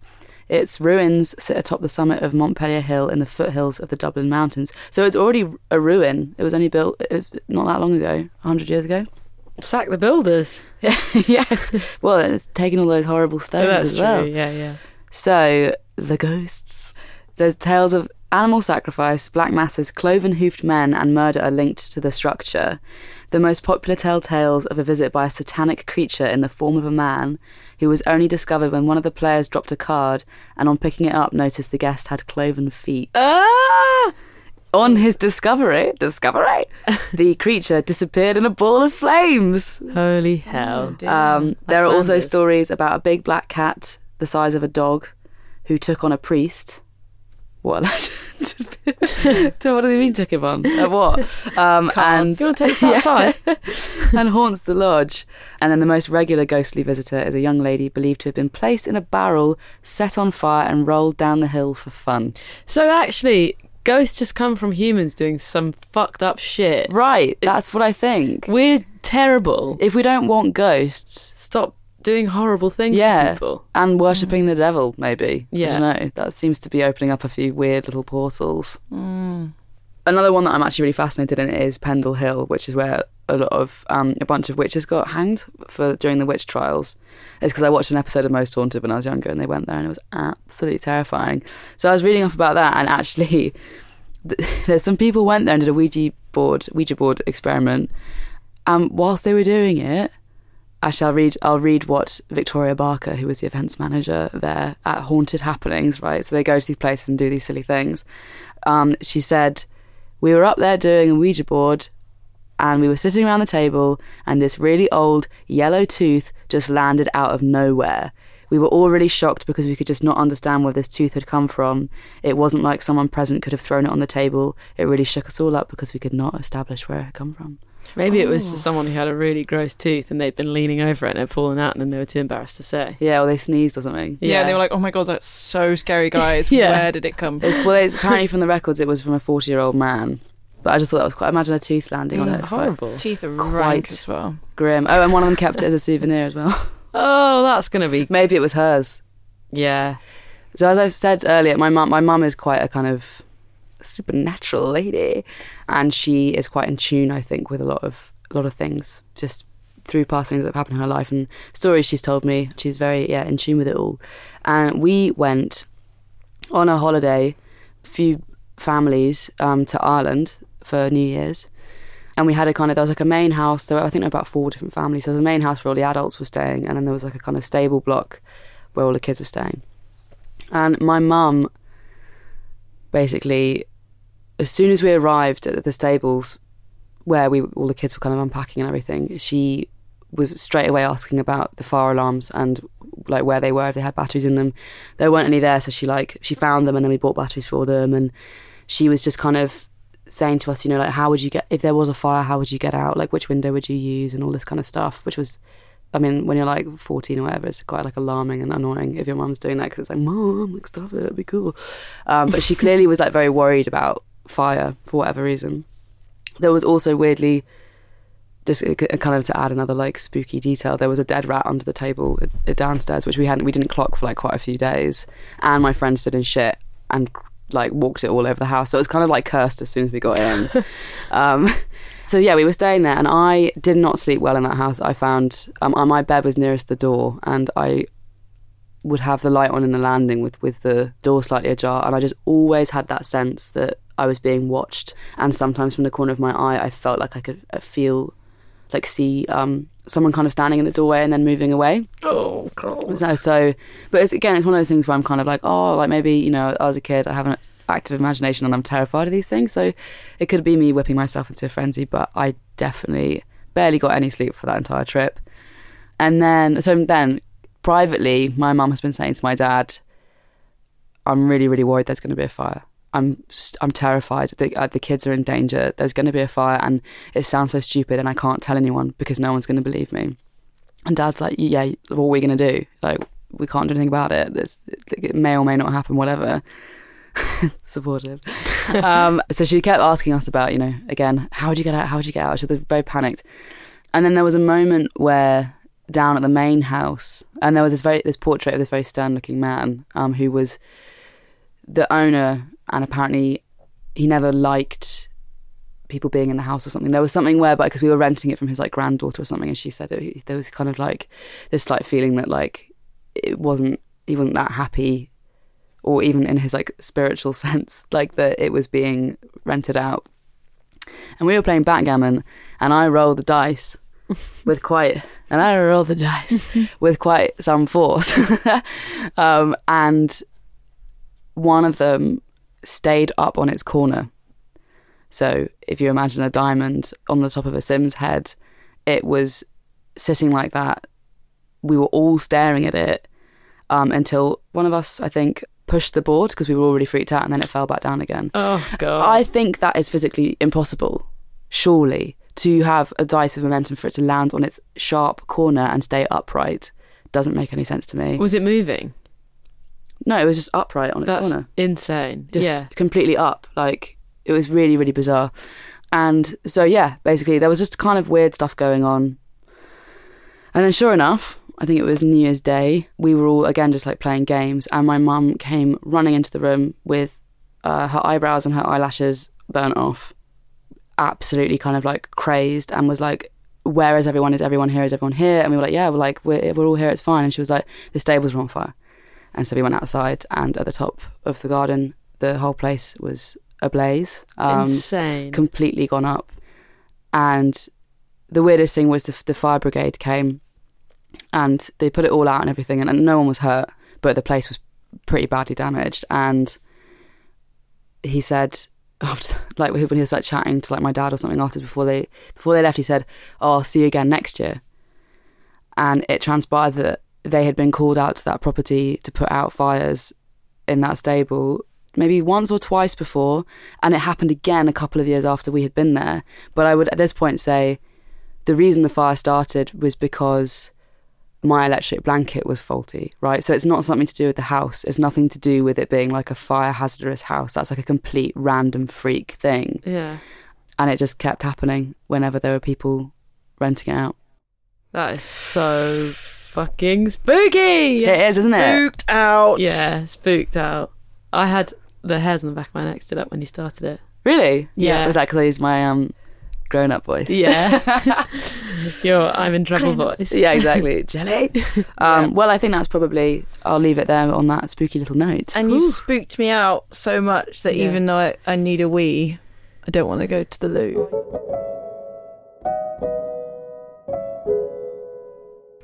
Speaker 1: Its ruins sit atop the summit of Montpellier Hill in the foothills of the Dublin Mountains. So it's already a ruin. It was only built uh, not that long ago, 100 years ago.
Speaker 3: Sack the builders.
Speaker 1: yes. Well, it's taken all those horrible stones
Speaker 3: Oh, that's
Speaker 1: as well.
Speaker 3: true. Yeah, yeah.
Speaker 1: So, the ghosts. There's tales of animal sacrifice, black masses, cloven hoofed men, and murder are linked to the structure. The most popular tell tales of a visit by a satanic creature in the form of a man who was only discovered when one of the players dropped a card and on picking it up noticed the guest had cloven feet.
Speaker 3: Ah!
Speaker 1: On his discovery, discovery, the creature disappeared in a ball of flames.
Speaker 3: Holy hell.
Speaker 1: Um, there are
Speaker 2: found
Speaker 1: also
Speaker 2: this.
Speaker 1: stories about a big black cat the size of a dog who took on a priest. What a legend. so what does he mean took him on? Uh, what? Um, and,
Speaker 3: You want to take this outside?
Speaker 1: and haunts the lodge. And then the most regular ghostly visitor is a young lady believed to have been placed in a barrel, set on fire, and rolled down the hill for fun.
Speaker 3: so actually, ghosts just come from humans doing some fucked up shit.
Speaker 1: Right, that's what I think.
Speaker 3: We're terrible.
Speaker 1: If we don't want ghosts,
Speaker 3: Stop doing horrible things to
Speaker 1: Yeah.
Speaker 3: people.
Speaker 1: and worshipping the devil, maybe. I
Speaker 3: Yeah.
Speaker 1: don't know. That seems to be opening up a few weird little portals. Another one that I'm actually really fascinated in is Pendle Hill, which is where a lot of um, a bunch of witches got hanged for during the witch trials. It's because I watched an episode of Most Haunted when I was younger, and they went there, and it was absolutely terrifying. So I was reading up about that, and actually, th- there's some people went there and did a Ouija board Ouija board experiment. Um, whilst they were doing it, I shall read. I'll read what Victoria Barker, who was the events manager there at Haunted Happenings, right? So they go to these places and do these silly things. Um, she said, "We were up there doing a Ouija board, and we were sitting around the table, and this really old yellow tooth just landed out of nowhere. We were all really shocked because we could just not understand where this tooth had come from. It wasn't like someone present could have thrown it on the table. It really shook us all up because we could not establish where it had come from."
Speaker 3: Maybe it was someone who had a really gross tooth and they'd been leaning over it and had fallen out and then they were too embarrassed to say.
Speaker 1: Yeah, or they sneezed or something.
Speaker 2: Yeah. they were like, oh my god, that's so scary, guys.
Speaker 3: Yeah.
Speaker 2: Where did it come from?
Speaker 1: It's well, it's apparently from the records. It was from a forty-year-old man, but I just thought that was quite. Imagine a tooth landing on it. It's quite
Speaker 3: horrible.
Speaker 2: Teeth are
Speaker 1: Quite-
Speaker 2: rank as well.
Speaker 1: grim. Oh, and one of them kept it as a souvenir as well.
Speaker 3: Oh, that's going to be.
Speaker 1: Maybe it was hers.
Speaker 3: Yeah.
Speaker 1: So as I said earlier, my mum, my mum is quite a kind of supernatural lady, and she is quite in tune, I think, with a lot of a lot of things, just through past things that have happened in her life and stories she's told me. She's very yeah in tune with it all. And we went on a holiday, few families um, to Ireland for New Year's. And we had a kind of, there was like a main house, there were, I think there were about four different families. There was a main house where all the adults were staying, and then there was like a kind of stable block where all the kids were staying. And my mum basically, as soon as we arrived at the stables where we all the kids were kind of unpacking and everything, she was straight away asking about the fire alarms and like where they were, if they had batteries in them. There weren't any there, so she like she found them and then we bought batteries for them and she was just kind of saying to us, you know, like how would you get if there was a fire, how would you get out? Like which window would you use and all this kind of stuff, which was I mean, when you're like 14 or whatever, it's quite like alarming and annoying if your mum's doing that because it's like, mum, like, stop it, that'd be cool. Um, but she clearly was like very worried about fire for whatever reason. There was also weirdly, just uh, k- kind of to add another like spooky detail, there was a dead rat under the table uh, downstairs, which we hadn't, we didn't clock for like quite a few days. And my friend stood in shit and like walked it all over the house. So it was kind of like cursed as soon as we got in. um, so yeah, we were staying there, and I did not sleep well in that house. I found um, uh, my bed was nearest the door, and I would have the light on in the landing with with the door slightly ajar, and I just always had that sense that I was being watched. And sometimes from the corner of my eye, I felt like I could uh, feel, like see um, someone kind of standing in the doorway and then moving away.
Speaker 3: Oh, God.
Speaker 1: So, so but it's, again, it's one of those things where I'm kind of like, oh, like maybe you know, I was a kid, I have an active imagination, and I'm terrified of these things. So, it could be me whipping myself into a frenzy, but I definitely barely got any sleep for that entire trip. And then, so then, privately, my mum has been saying to my dad, "I'm really, really worried. There's going to be a fire." I'm st- I'm terrified. The, uh, the kids are in danger. There's going to be a fire, and it sounds so stupid, and I can't tell anyone because no one's going to believe me. And dad's like, yeah, what are we going to do? Like, we can't do anything about it. There's, it may or may not happen, whatever. Supportive. um, so she kept asking us about, you know, again, how would you get out? How would you get out? She was very panicked. And then there was a moment where down at the main house, and there was this very this portrait of this very stern looking man um, who was the owner, and apparently he never liked people being in the house or something. There was something where, but because we were renting it from his like granddaughter or something, and she said it, there was kind of like this slight feeling that like it wasn't he wasn't that happy, or even in his like spiritual sense, like that it was being rented out. And we were playing backgammon, and I rolled the dice with quite, and I rolled the dice with quite some force, um, and one of them stayed up on its corner. So if you imagine a diamond on the top of a Sim's head, it was sitting like that. We were all staring at it um, until one of us, I think, pushed the board because we were all really freaked out, and then it fell back down again.
Speaker 3: Oh god.
Speaker 1: I think that is physically impossible, surely, to have a dice with momentum for it to land on its sharp corner and stay upright. Doesn't make any sense to me.
Speaker 3: was it moving?
Speaker 1: No, it was just upright on its
Speaker 3: That's
Speaker 1: corner
Speaker 3: insane.
Speaker 1: just
Speaker 3: yeah.
Speaker 1: completely up. Like it was really, really bizarre. And so yeah, basically there was just kind of weird stuff going on. And then sure enough, I think it was New Year's Day, we were all again just like playing games and my mum came running into the room with uh, her eyebrows and her eyelashes burnt off. Absolutely kind of like crazed and was like where is everyone? Is everyone here? Is everyone here? And we were like, yeah, we're like, we're, we're all here. It's fine. And she was like, the stables are on fire. And so we went outside, and at the top of the garden, the whole place was ablaze, um,
Speaker 3: insane.
Speaker 1: completely gone up. And the weirdest thing was the, the fire brigade came and they put it all out and everything, and, and no one was hurt, but the place was pretty badly damaged. And he said, after, like when he was like chatting to like my dad or something after before they before they left, he said, "Oh, I'll see you again next year." And it transpired that they had been called out to that property to put out fires in that stable maybe once or twice before, and it happened again a couple of years after we had been there. But I would at this point say the reason the fire started was because my electric blanket was faulty, right? So it's not something to do with the house. It's nothing to do with it being like a fire hazardous house. That's like a complete random freak thing.
Speaker 3: yeah.
Speaker 1: And it just kept happening whenever there were people renting it out.
Speaker 3: That is so fucking spooky.
Speaker 1: It is, isn't it?
Speaker 2: Spooked out.
Speaker 3: Yeah, spooked out. I had the hairs on the back of my neck stood up when you started it.
Speaker 1: Really?
Speaker 3: Yeah.
Speaker 1: Was that because I used my um, grown up voice?
Speaker 3: Yeah. Your I'm in trouble voice.
Speaker 1: Yeah, exactly. Jelly. Um, Well, I think that's probably. I'll leave it there on that spooky little note.
Speaker 2: And you spooked me out so much that
Speaker 3: Yeah.
Speaker 2: even though I, I need a wee, I don't want to go to the loo.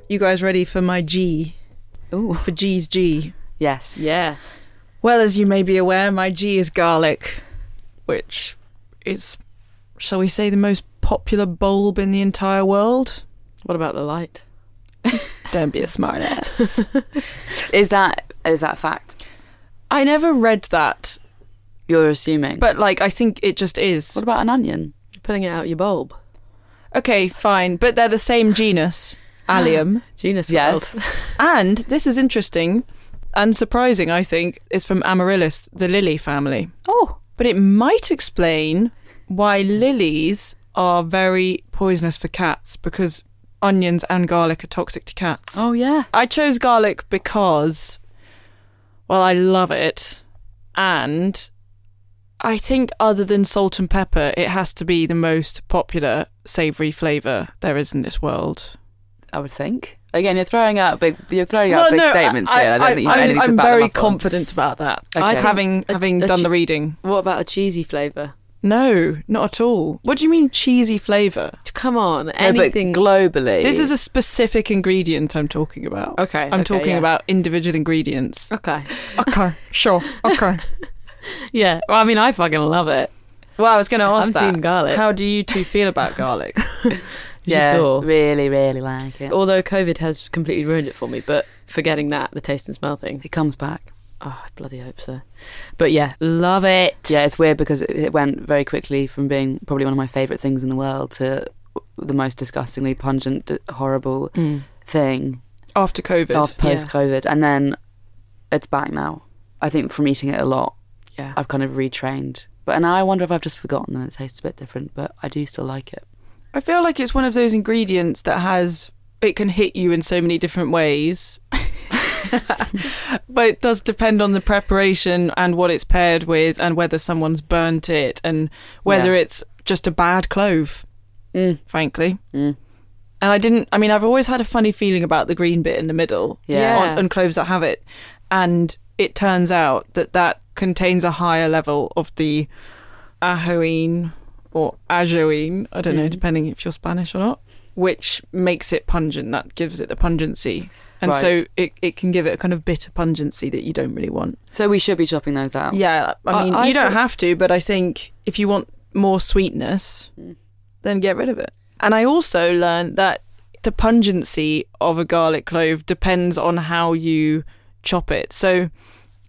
Speaker 2: You guys ready for my G?
Speaker 1: Ooh.
Speaker 2: For G's G.
Speaker 1: yes.
Speaker 3: Yeah.
Speaker 2: Well, as you may be aware, my G is garlic, which is, shall we say, the most popular bulb in the entire world.
Speaker 3: What about the light?
Speaker 2: Don't be a smartass.
Speaker 1: Is that is that fact?
Speaker 2: I never read that,
Speaker 1: You're assuming.
Speaker 2: but like I think it just is.
Speaker 1: what about an onion?
Speaker 3: Pulling it out your bulb.
Speaker 2: Okay, fine, but they're the same genus, Allium.
Speaker 3: Genus
Speaker 1: Yes.
Speaker 3: world.
Speaker 2: And this is interesting and surprising, I think, is from Amaryllis, the lily family.
Speaker 1: Oh.
Speaker 2: But it might explain why lilies are very poisonous for cats because onions and garlic are toxic to cats.
Speaker 1: Oh yeah.
Speaker 2: I chose garlic because, well, I love it. And I think, other than salt and pepper, it has to be the most popular savoury flavour there is in this world.
Speaker 1: I would think. Again, you're throwing out big. You're throwing out Oh, big statements here. I don't think you know
Speaker 2: I'm,
Speaker 1: anything
Speaker 2: I'm
Speaker 1: to back them
Speaker 2: very
Speaker 1: up on.
Speaker 2: confident about that.
Speaker 1: Okay.
Speaker 2: I having
Speaker 3: A-
Speaker 2: having
Speaker 3: a
Speaker 2: done
Speaker 3: chi-
Speaker 2: the reading.
Speaker 3: What about a cheesy flavour?
Speaker 2: No, not at all. What do you mean cheesy flavour?
Speaker 3: Come on.
Speaker 1: No, but
Speaker 3: Anything.
Speaker 1: globally.
Speaker 2: This is a specific ingredient I'm talking about.
Speaker 3: okay.
Speaker 2: I'm
Speaker 3: okay,
Speaker 2: talking
Speaker 3: yeah.
Speaker 2: about individual ingredients.
Speaker 3: Okay.
Speaker 2: okay, sure. Okay.
Speaker 3: Yeah. Well, I mean, I fucking love it.
Speaker 2: Well, I was going to ask
Speaker 3: I'm
Speaker 2: that.
Speaker 3: team garlic.
Speaker 2: How do you two feel about garlic?
Speaker 1: yeah.
Speaker 3: J'adore.
Speaker 1: Really, really like it.
Speaker 3: Although COVID has completely ruined it for me, but forgetting that, the taste and smell thing.
Speaker 1: It comes back.
Speaker 3: Oh, I bloody hope so. But yeah, love it.
Speaker 1: Yeah, it's weird because it, it went very quickly from being probably one of my favourite things in the world to the most disgustingly pungent, d- horrible
Speaker 3: Mm.
Speaker 1: thing.
Speaker 2: after COVID.
Speaker 1: after post COVID, and then it's back now. I think from eating it a lot,
Speaker 3: Yeah.
Speaker 1: I've kind of retrained. But and I wonder if I've just forgotten that it tastes a bit different, but I do still like it.
Speaker 2: I feel like it's one of those ingredients that has it can hit you in so many different ways. but it does depend on the preparation and what it's paired with and whether someone's burnt it and whether it's just a bad clove,
Speaker 1: Mm.
Speaker 2: frankly.
Speaker 1: Mm.
Speaker 2: And I didn't I mean I've always had a funny feeling about the green bit in the middle
Speaker 1: Yeah.
Speaker 2: on, on cloves that have it. And it turns out that that contains a higher level of the ajoin or ajoin, I
Speaker 1: Mm.
Speaker 2: don't know, depending if you're Spanish or not, which makes it pungent. That gives it the pungency. And so
Speaker 1: Right.
Speaker 2: it, it can give it a kind of bitter pungency that you don't really want.
Speaker 1: So we should be chopping those out.
Speaker 2: Yeah, I
Speaker 3: I-
Speaker 2: mean,
Speaker 3: I
Speaker 2: you don't
Speaker 3: thought-
Speaker 2: have to, but I think if you want more sweetness,
Speaker 3: Mm.
Speaker 2: then get rid of it. And I also learned that the pungency of a garlic clove depends on how you chop it. So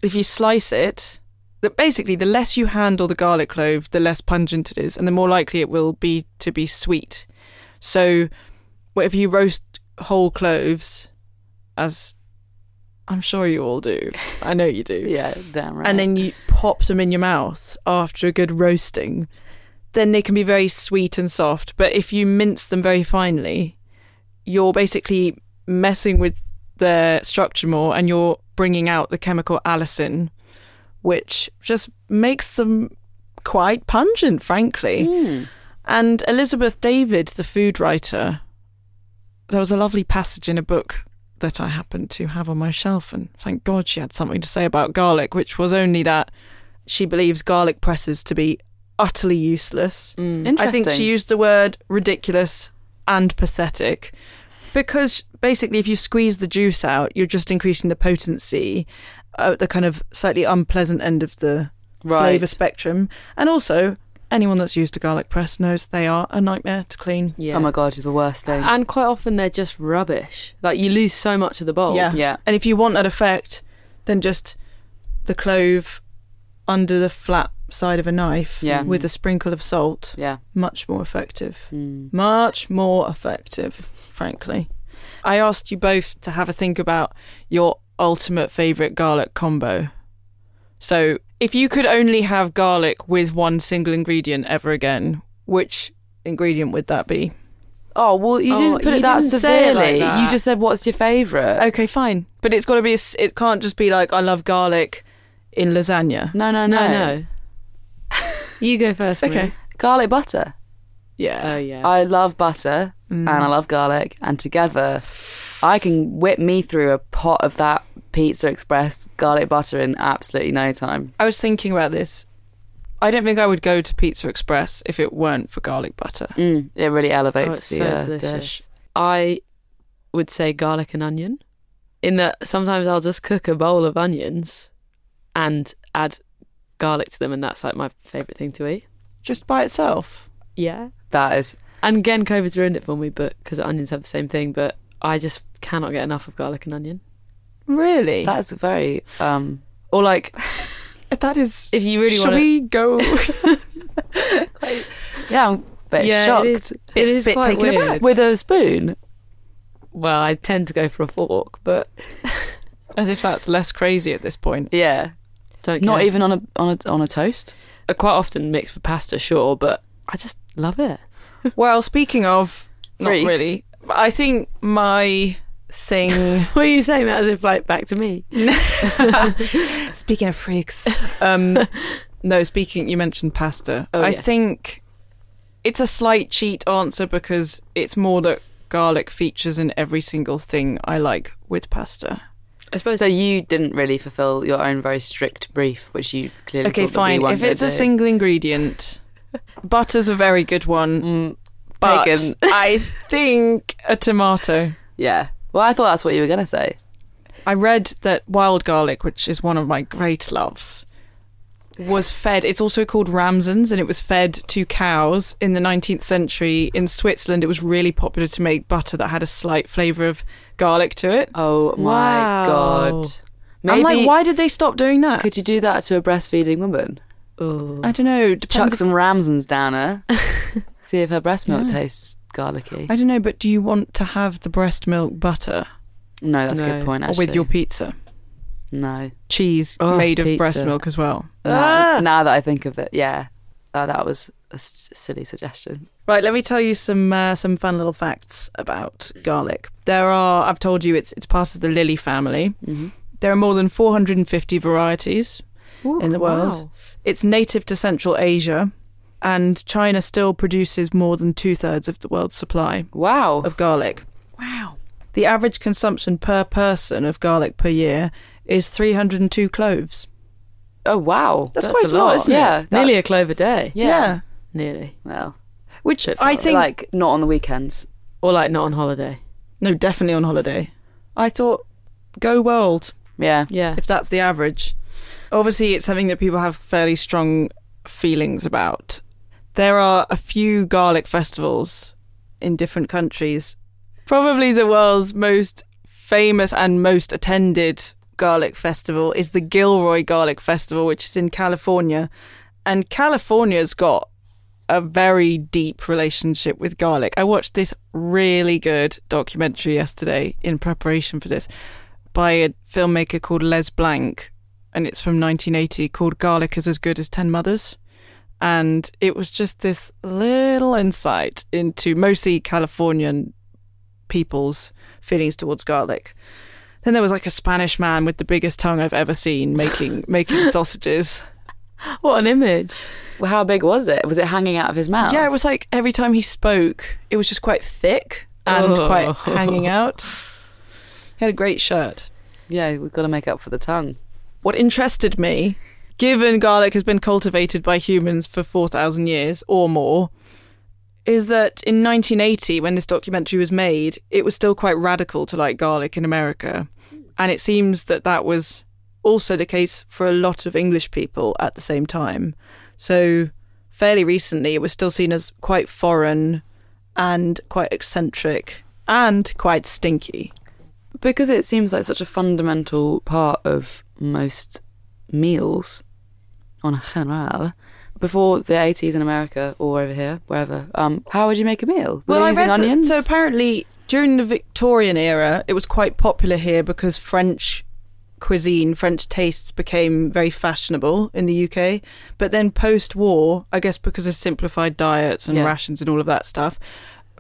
Speaker 2: if you slice it, that basically the less you handle the garlic clove, the less pungent it is, and the more likely it will be to be sweet. So well, if you roast whole cloves, as I'm sure you all do, I know you do
Speaker 1: yeah, damn right.
Speaker 2: and then you pop them in your mouth after a good roasting, then they can be very sweet and soft. But if you mince them very finely, you're basically messing with their structure more and you're bringing out the chemical allicin, which just makes them quite pungent, frankly.
Speaker 1: Mm.
Speaker 2: And Elizabeth David, the food writer, there was a lovely passage in a book that I happened to have on my shelf, and thank God she had something to say about garlic, which was only that she believes garlic presses to be utterly useless.
Speaker 1: Mm.
Speaker 2: I think she
Speaker 1: Interesting.
Speaker 2: used the word ridiculous and pathetic because basically, if you squeeze the juice out, you're just increasing the potency, uh, the kind of slightly unpleasant end of the flavour spectrum. And also, anyone that's used a garlic press knows they are a nightmare to clean.
Speaker 3: Yeah.
Speaker 1: Oh my god, you're the worst thing.
Speaker 3: And quite often they're just rubbish. Like you lose so much of the bulb.
Speaker 2: Yeah.
Speaker 1: yeah.
Speaker 2: And if you want that effect, then just the clove under the flat side of a knife
Speaker 1: Yeah.
Speaker 2: with a sprinkle of salt,
Speaker 1: Yeah.
Speaker 2: much more effective.
Speaker 1: Mm.
Speaker 2: Much more effective, frankly. I asked you both to have a think about your ultimate favourite garlic combo. So, if you could only have garlic with one single ingredient ever again, which ingredient would that be?
Speaker 1: Oh well, you
Speaker 3: Oh,
Speaker 1: didn't put
Speaker 3: you
Speaker 1: it that
Speaker 3: didn't say it like
Speaker 1: severely.
Speaker 3: that.
Speaker 1: You just said, "What's your favourite?"
Speaker 2: Okay, fine. But it's got to be, a s it can't just be like, I love garlic in lasagna.
Speaker 1: No, no, no,
Speaker 3: No, no. you go first. Marie.
Speaker 2: Okay.
Speaker 1: Garlic butter.
Speaker 2: Yeah. Mm.
Speaker 3: Oh yeah. Mm.
Speaker 1: I love butter Uh, and I love garlic, and together, I can whip me through a pot of that Pizza Express garlic butter in absolutely no time.
Speaker 2: I was thinking about this. I don't think I would go to Pizza Express if it weren't for garlic butter.
Speaker 1: Mm, it really
Speaker 3: Oh,
Speaker 1: elevates
Speaker 3: it's
Speaker 1: the
Speaker 3: so
Speaker 1: uh,
Speaker 3: delicious.
Speaker 1: dish.
Speaker 3: I would say garlic and onion. In that sometimes I'll just cook a bowl of onions and add garlic to them, and that's like my favorite thing to eat.
Speaker 2: Just by itself.
Speaker 3: Yeah.
Speaker 1: That is
Speaker 3: And again, COVID's ruined it for me, but because onions have the same thing, but I just cannot get enough of garlic and onion.
Speaker 2: Really?
Speaker 1: that's very um or like
Speaker 2: that is.
Speaker 3: If you really
Speaker 2: Should
Speaker 3: want to,
Speaker 2: we go?
Speaker 1: yeah, I'm a bit
Speaker 3: yeah,
Speaker 1: shocked
Speaker 3: it is. It is
Speaker 2: bit
Speaker 3: quite
Speaker 2: taken aback.
Speaker 3: weird.
Speaker 1: with a spoon.
Speaker 3: Well, I tend to go for a fork, but
Speaker 2: As if that's less crazy at this point.
Speaker 1: Yeah,
Speaker 3: don't
Speaker 1: not
Speaker 3: care.
Speaker 1: even on a on a on a toast.
Speaker 3: Uh, quite often mixed with pasta, sure, but I just love it.
Speaker 2: Well, speaking of. Not
Speaker 1: Freaks.
Speaker 2: really. But I think my thing.
Speaker 3: Were you saying that as if like back to me?
Speaker 2: speaking of freaks. Um, no, speaking. You mentioned pasta.
Speaker 3: Oh,
Speaker 2: I
Speaker 3: yes.
Speaker 2: think it's a slight cheat answer because it's more that garlic features in every single thing I like with pasta.
Speaker 3: I suppose
Speaker 1: So you didn't really fulfil your own very strict brief, which you clearly
Speaker 2: Okay,
Speaker 1: thought that we
Speaker 2: fine.
Speaker 1: weren't
Speaker 2: If it's
Speaker 1: gonna
Speaker 2: a
Speaker 1: do.
Speaker 2: single ingredient, butter's a very good one.
Speaker 1: Mm,
Speaker 2: but
Speaker 1: taken.
Speaker 2: I think a tomato.
Speaker 1: yeah. Well, I thought that's what you were gonna say.
Speaker 2: I read that wild garlic, which is one of my great loves, was fed. It's also called Ramsens, and it was fed to cows in the 19th century in Switzerland. It was really popular to make butter that had a slight flavour of garlic to it.
Speaker 1: Oh my
Speaker 3: Wow.
Speaker 1: god! Maybe
Speaker 2: I'm like, why did they stop doing that?
Speaker 1: could you do that to a breastfeeding woman?
Speaker 3: Ooh.
Speaker 2: I don't know.
Speaker 1: Chuck
Speaker 2: Depends.
Speaker 1: some ramsons down her, see if her breast milk
Speaker 2: Yeah.
Speaker 1: tastes garlicky.
Speaker 2: I don't know, but do you want to have the breast milk butter?
Speaker 1: No, that's a
Speaker 3: No.
Speaker 1: good point.
Speaker 2: or
Speaker 1: Actually,
Speaker 2: with your pizza.
Speaker 1: no.
Speaker 2: Cheese
Speaker 3: Oh,
Speaker 2: made of breast
Speaker 3: pizza.
Speaker 2: milk as well.
Speaker 1: Now,
Speaker 3: Ah!
Speaker 1: now that I think of it, yeah, Uh, that was a s- silly suggestion.
Speaker 2: Right, let me tell you some uh, some fun little facts about garlic. There are I've told you it's it's part of the lily family.
Speaker 1: Mhm.
Speaker 2: There are more than 450 varieties. in the world.
Speaker 3: wow.
Speaker 2: It's native to Central Asia, and China still produces more than two thirds of the world's supply
Speaker 1: Wow.
Speaker 2: of garlic. Wow. The average consumption per person of garlic per year is 302 cloves.
Speaker 1: Oh wow.
Speaker 2: That's quite a lot, isn't it?
Speaker 1: yeah,
Speaker 3: Nearly a
Speaker 1: that's-
Speaker 3: clove a day.
Speaker 1: Yeah.
Speaker 3: Nearly.
Speaker 1: Well,
Speaker 2: Which
Speaker 3: Bit
Speaker 2: I
Speaker 3: far,
Speaker 2: think.
Speaker 1: like not on the weekends.
Speaker 3: Or like not on holiday.
Speaker 2: no, definitely on holiday. I thought, go world.
Speaker 1: Yeah.
Speaker 3: Yeah.
Speaker 2: if that's the average. Obviously, it's something that people have fairly strong feelings about. There are a few garlic festivals in different countries. Probably the world's most famous and most attended garlic festival is the Gilroy Garlic Festival, which is in California. And California's got a very deep relationship with garlic. I watched this really good documentary yesterday in preparation for this by a filmmaker called Les Blank, and it's from 1980 called Garlic is as Good as 10 Mothers. And it was just this little insight into mostly Californian people's feelings towards garlic. Then there was like a Spanish man with the biggest tongue I've ever seen making making sausages.
Speaker 3: What an image.
Speaker 1: Well, how big was it? Was it hanging out of his mouth?
Speaker 2: Yeah, it was like every time he spoke, it was just quite thick and
Speaker 3: Oh.
Speaker 2: quite hanging out. He had a great shirt.
Speaker 1: Yeah, we've got to make up for the tongue.
Speaker 2: What interested me, given garlic has been cultivated by humans for 4,000 years or more, is that in 1980, when this documentary was made, it was still quite radical to like garlic in America. And it seems that that was also the case for a lot of English people at the same time. So, fairly recently, it was still seen as quite foreign and quite eccentric and quite stinky.
Speaker 1: Because it seems like such a fundamental part of most meals, on general. Before the 80s in America or over here, wherever, um, how would you make a meal? Were they using
Speaker 2: that-
Speaker 1: onions?
Speaker 2: so apparently during the Victorian era, it was quite popular here because French cuisine, French tastes became very fashionable in the UK. But then post-war, I guess because of simplified diets and
Speaker 1: Yeah.
Speaker 2: rations and all of that stuff,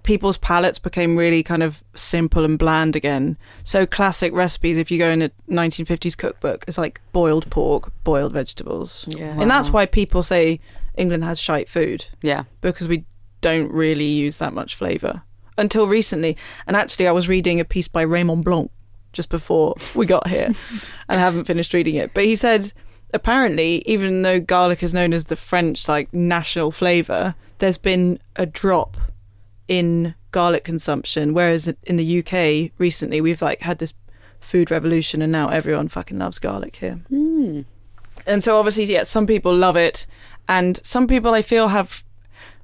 Speaker 2: people's palates became really kind of simple and bland again. So classic recipes, if you go in a 1950s cookbook, it's like boiled pork, boiled vegetables.
Speaker 3: Yeah.
Speaker 2: And that's why people say England has shite food
Speaker 1: yeah.
Speaker 2: because we don't really use that much flavour until recently. And actually, I was reading a piece by Raymond Blanc just before we got here and I haven't finished reading it. But he said apparently, even though garlic is known as the French like national flavour, there's been a drop in garlic consumption. Whereas in the UK recently, we've like had this food revolution and now everyone fucking loves garlic here.
Speaker 1: Hmm.
Speaker 2: And so obviously, yeah, some people love it, and some people I feel have.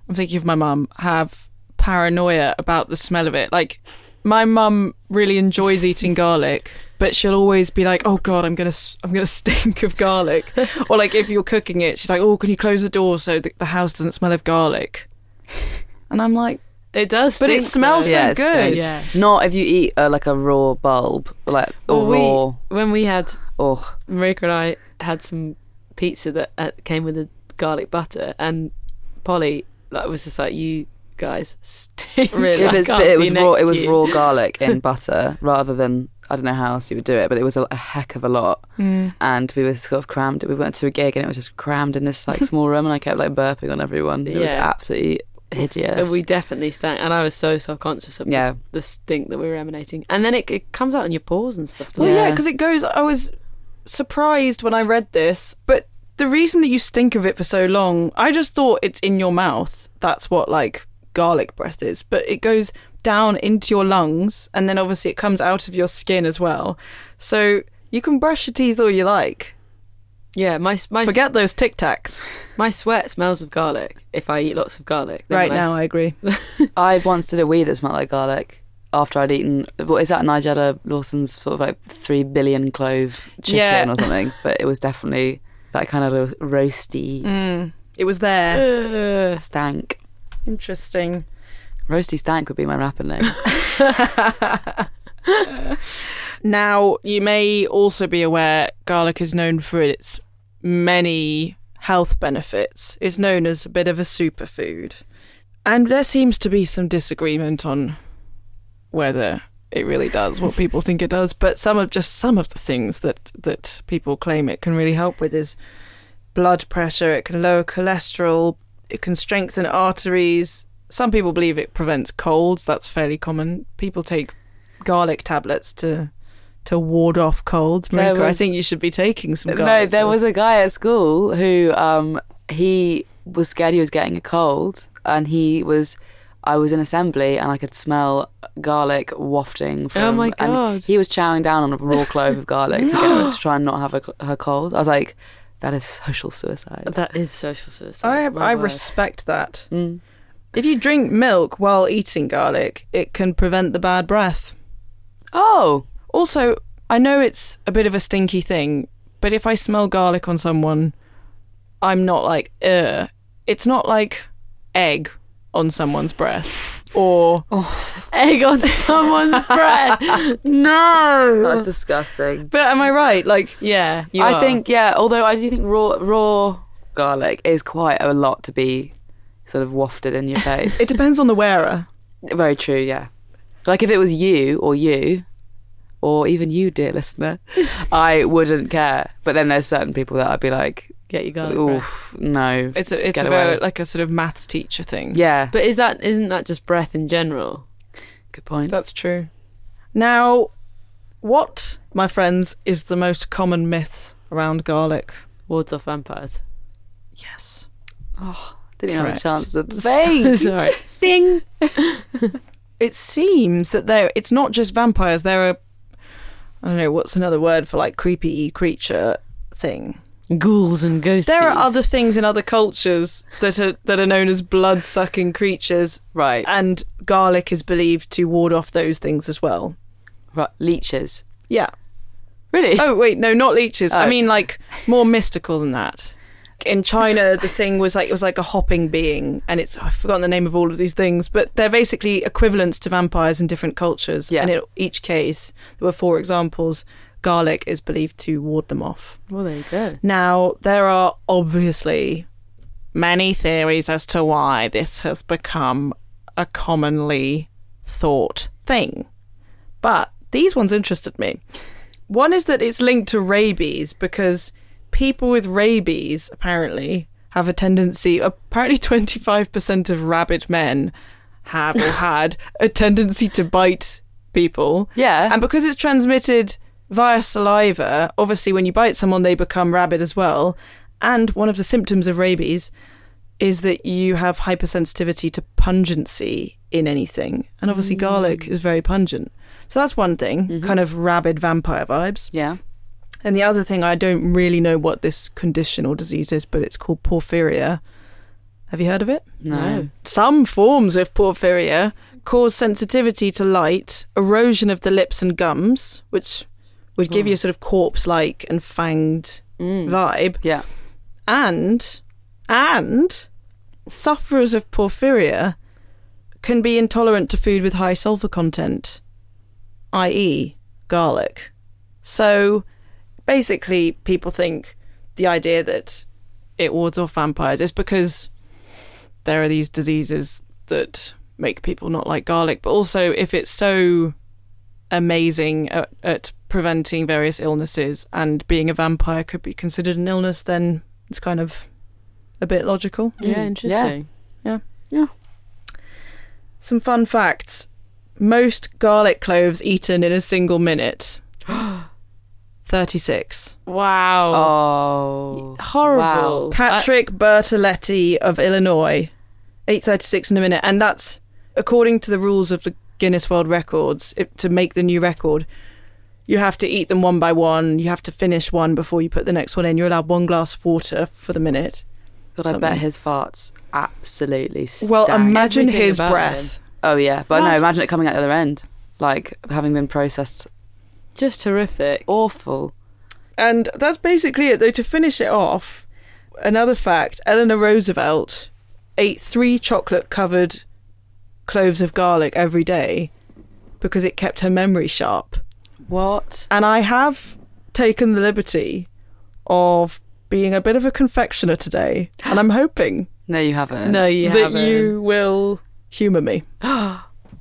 Speaker 2: I'm thinking of my mum have paranoia about the smell of it. Like, my mum really enjoys eating garlic, but she'll always be like, "Oh God, I'm gonna, s- I'm gonna stink of garlic," or like if you're cooking it, she's like, "Oh, can you close the door so the, the house doesn't smell of garlic?" And I'm like,
Speaker 3: It does.
Speaker 2: "But it
Speaker 3: stink,
Speaker 2: smells
Speaker 3: though.
Speaker 2: so
Speaker 1: Yeah, it
Speaker 2: good."
Speaker 1: stinks.
Speaker 3: Yeah.
Speaker 1: Not if you eat uh, like a raw bulb, or like, or
Speaker 3: Well, we, when we had
Speaker 1: raw. Ugh.
Speaker 3: Marika and I had some pizza that uh, came with a garlic butter, and Polly like was just like, "You guys stink."
Speaker 2: Really?
Speaker 3: I
Speaker 1: If it's-
Speaker 3: can't
Speaker 1: but it
Speaker 3: be
Speaker 1: was raw.
Speaker 3: next
Speaker 1: It was
Speaker 3: to you."
Speaker 1: raw garlic in butter, rather than I don't know how else you would do it. But it was a, a heck of a lot,
Speaker 2: Mm.
Speaker 1: and we were sort of crammed. We went to a gig and it was just crammed in this like small room, and I kept like burping on everyone. It was
Speaker 3: Yeah.
Speaker 1: absolutely
Speaker 3: And
Speaker 1: hideous.
Speaker 3: we definitely stank, and I was so self conscious of the-
Speaker 1: Yeah.
Speaker 3: the, stink that we were emanating, and then it, it comes out in your pores and stuff. doesn't
Speaker 2: Well, yeah,
Speaker 1: Yeah.
Speaker 2: because it goes. I was surprised when I read this, but the reason that you stink of it for so long, I just thought it's in your mouth. That's what like garlic breath is, but it goes down into your lungs, and then obviously it comes out of your skin as well. So you can brush your teeth all you like.
Speaker 3: it? yeah. My my
Speaker 2: Forget those Tic Tacs.
Speaker 3: my sweat smells of garlic if I eat lots of garlic. Then
Speaker 2: Right
Speaker 3: when
Speaker 2: now,
Speaker 3: s-
Speaker 2: I agree.
Speaker 1: I once did a wee that smelled like garlic after I'd eaten. What is that? Nigella Lawson's sort of like three billion clove chicken
Speaker 2: Yeah.
Speaker 1: or something. But it was definitely that kind of roasty
Speaker 3: Mm.
Speaker 2: It was there.
Speaker 3: Ugh.
Speaker 1: stank.
Speaker 2: Interesting.
Speaker 1: Roasty stank would be my rapper name.
Speaker 2: Now, you may also be aware garlic is known for its many health benefits. It's known as a bit of a superfood. And there seems to be some disagreement on whether it really does what people think it does, but some of just some of the things that that people claim it can really help with is blood pressure, it can lower cholesterol, it can strengthen arteries. Some people believe it prevents colds, that's fairly common. People take garlic tablets to to ward off colds.
Speaker 1: There
Speaker 2: Marika, I
Speaker 1: was-
Speaker 2: think you should be taking some
Speaker 1: No,
Speaker 2: garlic.
Speaker 1: there was a guy at school who um, he was scared he was getting a cold, and he was. I was in assembly and I could smell garlic wafting from.
Speaker 3: Oh my God.
Speaker 1: And he was chowing down on a raw clove of garlic to, get her, to try and not have a, her cold. I was like, that is social suicide.
Speaker 3: That is social suicide.
Speaker 2: I have,
Speaker 3: My
Speaker 2: I
Speaker 3: word.
Speaker 2: respect that.
Speaker 1: Mm.
Speaker 2: If you drink milk while eating garlic, it can prevent the bad breath.
Speaker 1: Oh,
Speaker 2: Also, I know it's a bit of a stinky thing, but if I smell garlic on someone, I'm not like, ugh. It's not like egg on someone's breath or
Speaker 1: Oh.
Speaker 3: egg on someone's bread. No.
Speaker 1: that's disgusting.
Speaker 2: but am i right like
Speaker 3: Yeah, you
Speaker 1: I
Speaker 3: are.
Speaker 1: think yeah. Although I do think raw raw garlic is quite a lot to be sort of wafted in your face.
Speaker 2: it depends on the wearer
Speaker 1: Very true, yeah. Like if it was you or you, or even you, dear listener, I wouldn't care. But then there's certain people that I'd be like,
Speaker 3: get your garlic. breath.
Speaker 1: oof, no.
Speaker 2: Oh, it's a, it's
Speaker 1: Get
Speaker 2: a very-
Speaker 1: away.
Speaker 2: like a sort of maths teacher thing
Speaker 1: Yeah,
Speaker 3: But is that isn't that just breath in general?
Speaker 1: good point.
Speaker 2: That's true. Now, what, my friends, is the most common myth around garlic?
Speaker 3: Wards off vampires.
Speaker 2: Yes.
Speaker 1: Didn't even have a
Speaker 2: correct.
Speaker 1: chance to think.
Speaker 3: Sorry. Ding.
Speaker 2: It seems that there it's not just vampires, there are I don't know, what's another word for like creepy creature thing.
Speaker 3: Ghouls and ghosts.
Speaker 2: There are other things in other cultures that are that are known as blood sucking creatures
Speaker 1: right,
Speaker 2: and garlic is believed to ward off those things as well.
Speaker 1: right, leeches.
Speaker 2: Yeah.
Speaker 1: Really?
Speaker 2: Oh wait, no, not leeches. I
Speaker 1: Oh.
Speaker 2: mean, like more mystical than that. In China, the thing was like it was like a hopping being, and it's I've forgotten the name of all of these things, but they're basically equivalents to vampires in different cultures.
Speaker 1: Yeah.
Speaker 2: And in each case, there were four examples. Garlic is believed to ward them off.
Speaker 3: Well, there you go.
Speaker 2: Now, there are obviously many theories as to why this has become a commonly thought thing. But these ones interested me. One is that it's linked to rabies because people with rabies apparently have a tendency, apparently 25% of rabid men have or had a tendency to bite people.
Speaker 1: Yeah.
Speaker 2: And because it's transmitted via saliva, obviously when you bite someone, they become rabid as well. And one of the symptoms of rabies is that you have hypersensitivity to pungency in anything. And obviously, garlic is very pungent. So that's one thing, kind of rabid vampire vibes.
Speaker 1: Yeah.
Speaker 2: And the other thing, I don't really know what this condition or disease is, but it's called porphyria. Have you heard of it?
Speaker 1: No.
Speaker 2: Some forms of porphyria cause sensitivity to light, erosion of the lips and gums, which would give you a sort of corpse like and fanged vibe,
Speaker 1: Yeah.
Speaker 2: and and sufferers of porphyria can be intolerant to food with high sulfur content, i.e., garlic. So basically, people think the idea that it wards off vampires is because there are these diseases that make people not like garlic, but also if it's so amazing at, at preventing various illnesses and being a vampire could be considered an illness, then it's kind of a bit logical.
Speaker 3: Yeah, interesting.
Speaker 2: Some fun facts most garlic cloves eaten in a single minute 36.
Speaker 3: Wow.
Speaker 1: Oh.
Speaker 3: Horrible.
Speaker 2: Patrick Bertoletti of Illinois, 836 in a minute. And that's according to the rules of the Guinness World Records it, to make the new record. You have to eat them one by one. You have to finish one before you put the next one in. You're allowed one glass of water for the minute.
Speaker 1: God, I bet
Speaker 2: Something.
Speaker 1: his farts absolutely stank.
Speaker 2: Well, imagine
Speaker 3: Everything
Speaker 2: his
Speaker 3: about
Speaker 2: breath.
Speaker 1: Oh, yeah. But no,
Speaker 3: Imagine-
Speaker 1: imagine it coming out the other end. Like, having been processed.
Speaker 3: I- just terrific.
Speaker 1: Awful.
Speaker 2: And that's basically it, though. To finish it off, another fact Eleanor Roosevelt ate three chocolate covered cloves of garlic every day because it kept her memory sharp.
Speaker 3: What?
Speaker 2: And I have taken the liberty of being a bit of a confectioner today. And I'm hoping
Speaker 1: No, you haven't.
Speaker 3: No, you
Speaker 2: that
Speaker 3: haven't.
Speaker 2: you will humour me.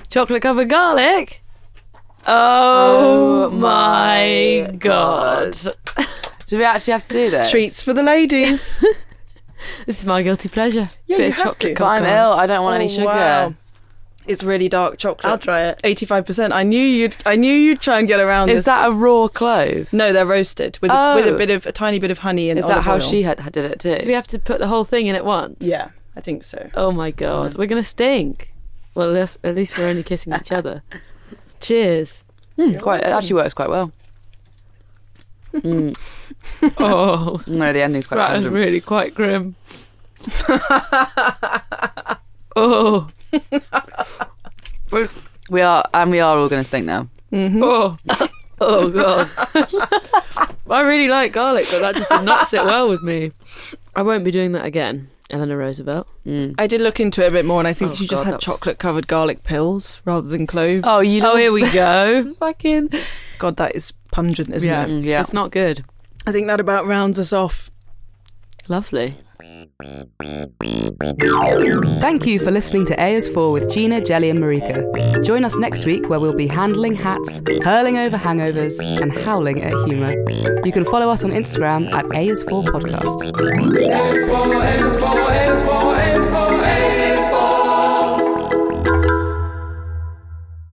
Speaker 3: Chocolate covered garlic. Oh, my god.
Speaker 1: Do we actually have to do this?
Speaker 2: Treats for the ladies.
Speaker 3: This is my guilty pleasure.
Speaker 2: Yeah,
Speaker 3: Bit
Speaker 2: you
Speaker 3: of
Speaker 2: have
Speaker 3: chocolate
Speaker 2: to.
Speaker 1: But I'm
Speaker 3: covered
Speaker 1: ill. I don't want
Speaker 5: Oh,
Speaker 1: any sugar.
Speaker 2: Oh, It's really dark chocolate.
Speaker 3: I'll try it.
Speaker 2: Eighty-five percent. I knew you'd. I knew you'd try and get around
Speaker 1: Is
Speaker 2: this.
Speaker 1: that a raw clove?
Speaker 2: no, they're roasted with a,
Speaker 1: Oh.
Speaker 2: with a bit of a tiny bit of honey and
Speaker 1: Is that
Speaker 2: olive
Speaker 1: how
Speaker 2: oil.
Speaker 1: she had, had- did it
Speaker 3: Do we
Speaker 1: too?
Speaker 3: have to put the whole thing in at once?
Speaker 2: Yeah, I think so.
Speaker 3: Oh my god, we're gonna stink. Well, at least, at least we're only kissing each other. Cheers.
Speaker 1: Hmm, quite. It actually works quite well. Mm.
Speaker 3: Oh,
Speaker 1: No, the ending's quite.
Speaker 3: that is
Speaker 1: Right,
Speaker 3: really quite grim. oh,
Speaker 1: we are, and we are all going to stink now.
Speaker 3: oh, oh god. I really like garlic, but that just did not sit well with me. I won't be doing that again, Eleanor Roosevelt.
Speaker 1: Mm.
Speaker 2: I did look into it a bit more, and I think
Speaker 3: Oh,
Speaker 2: she just
Speaker 3: God,
Speaker 2: had
Speaker 3: that's-
Speaker 2: chocolate-covered garlic pills rather than cloves.
Speaker 3: Oh, you know, here we go. Fucking,
Speaker 2: God, that is pungent, isn't
Speaker 3: Yeah.
Speaker 2: it?
Speaker 1: Mm, yeah.
Speaker 3: it's not good.
Speaker 2: I think that about rounds us off.
Speaker 3: Lovely.
Speaker 5: Thank you for listening to A is For with Gina, Jelly, and Marika. Join us next week where we'll be handling hats, hurling over hangovers, and howling at humour. You can follow us on Instagram at A is For Podcast.
Speaker 6: A is for, A is for, A is for,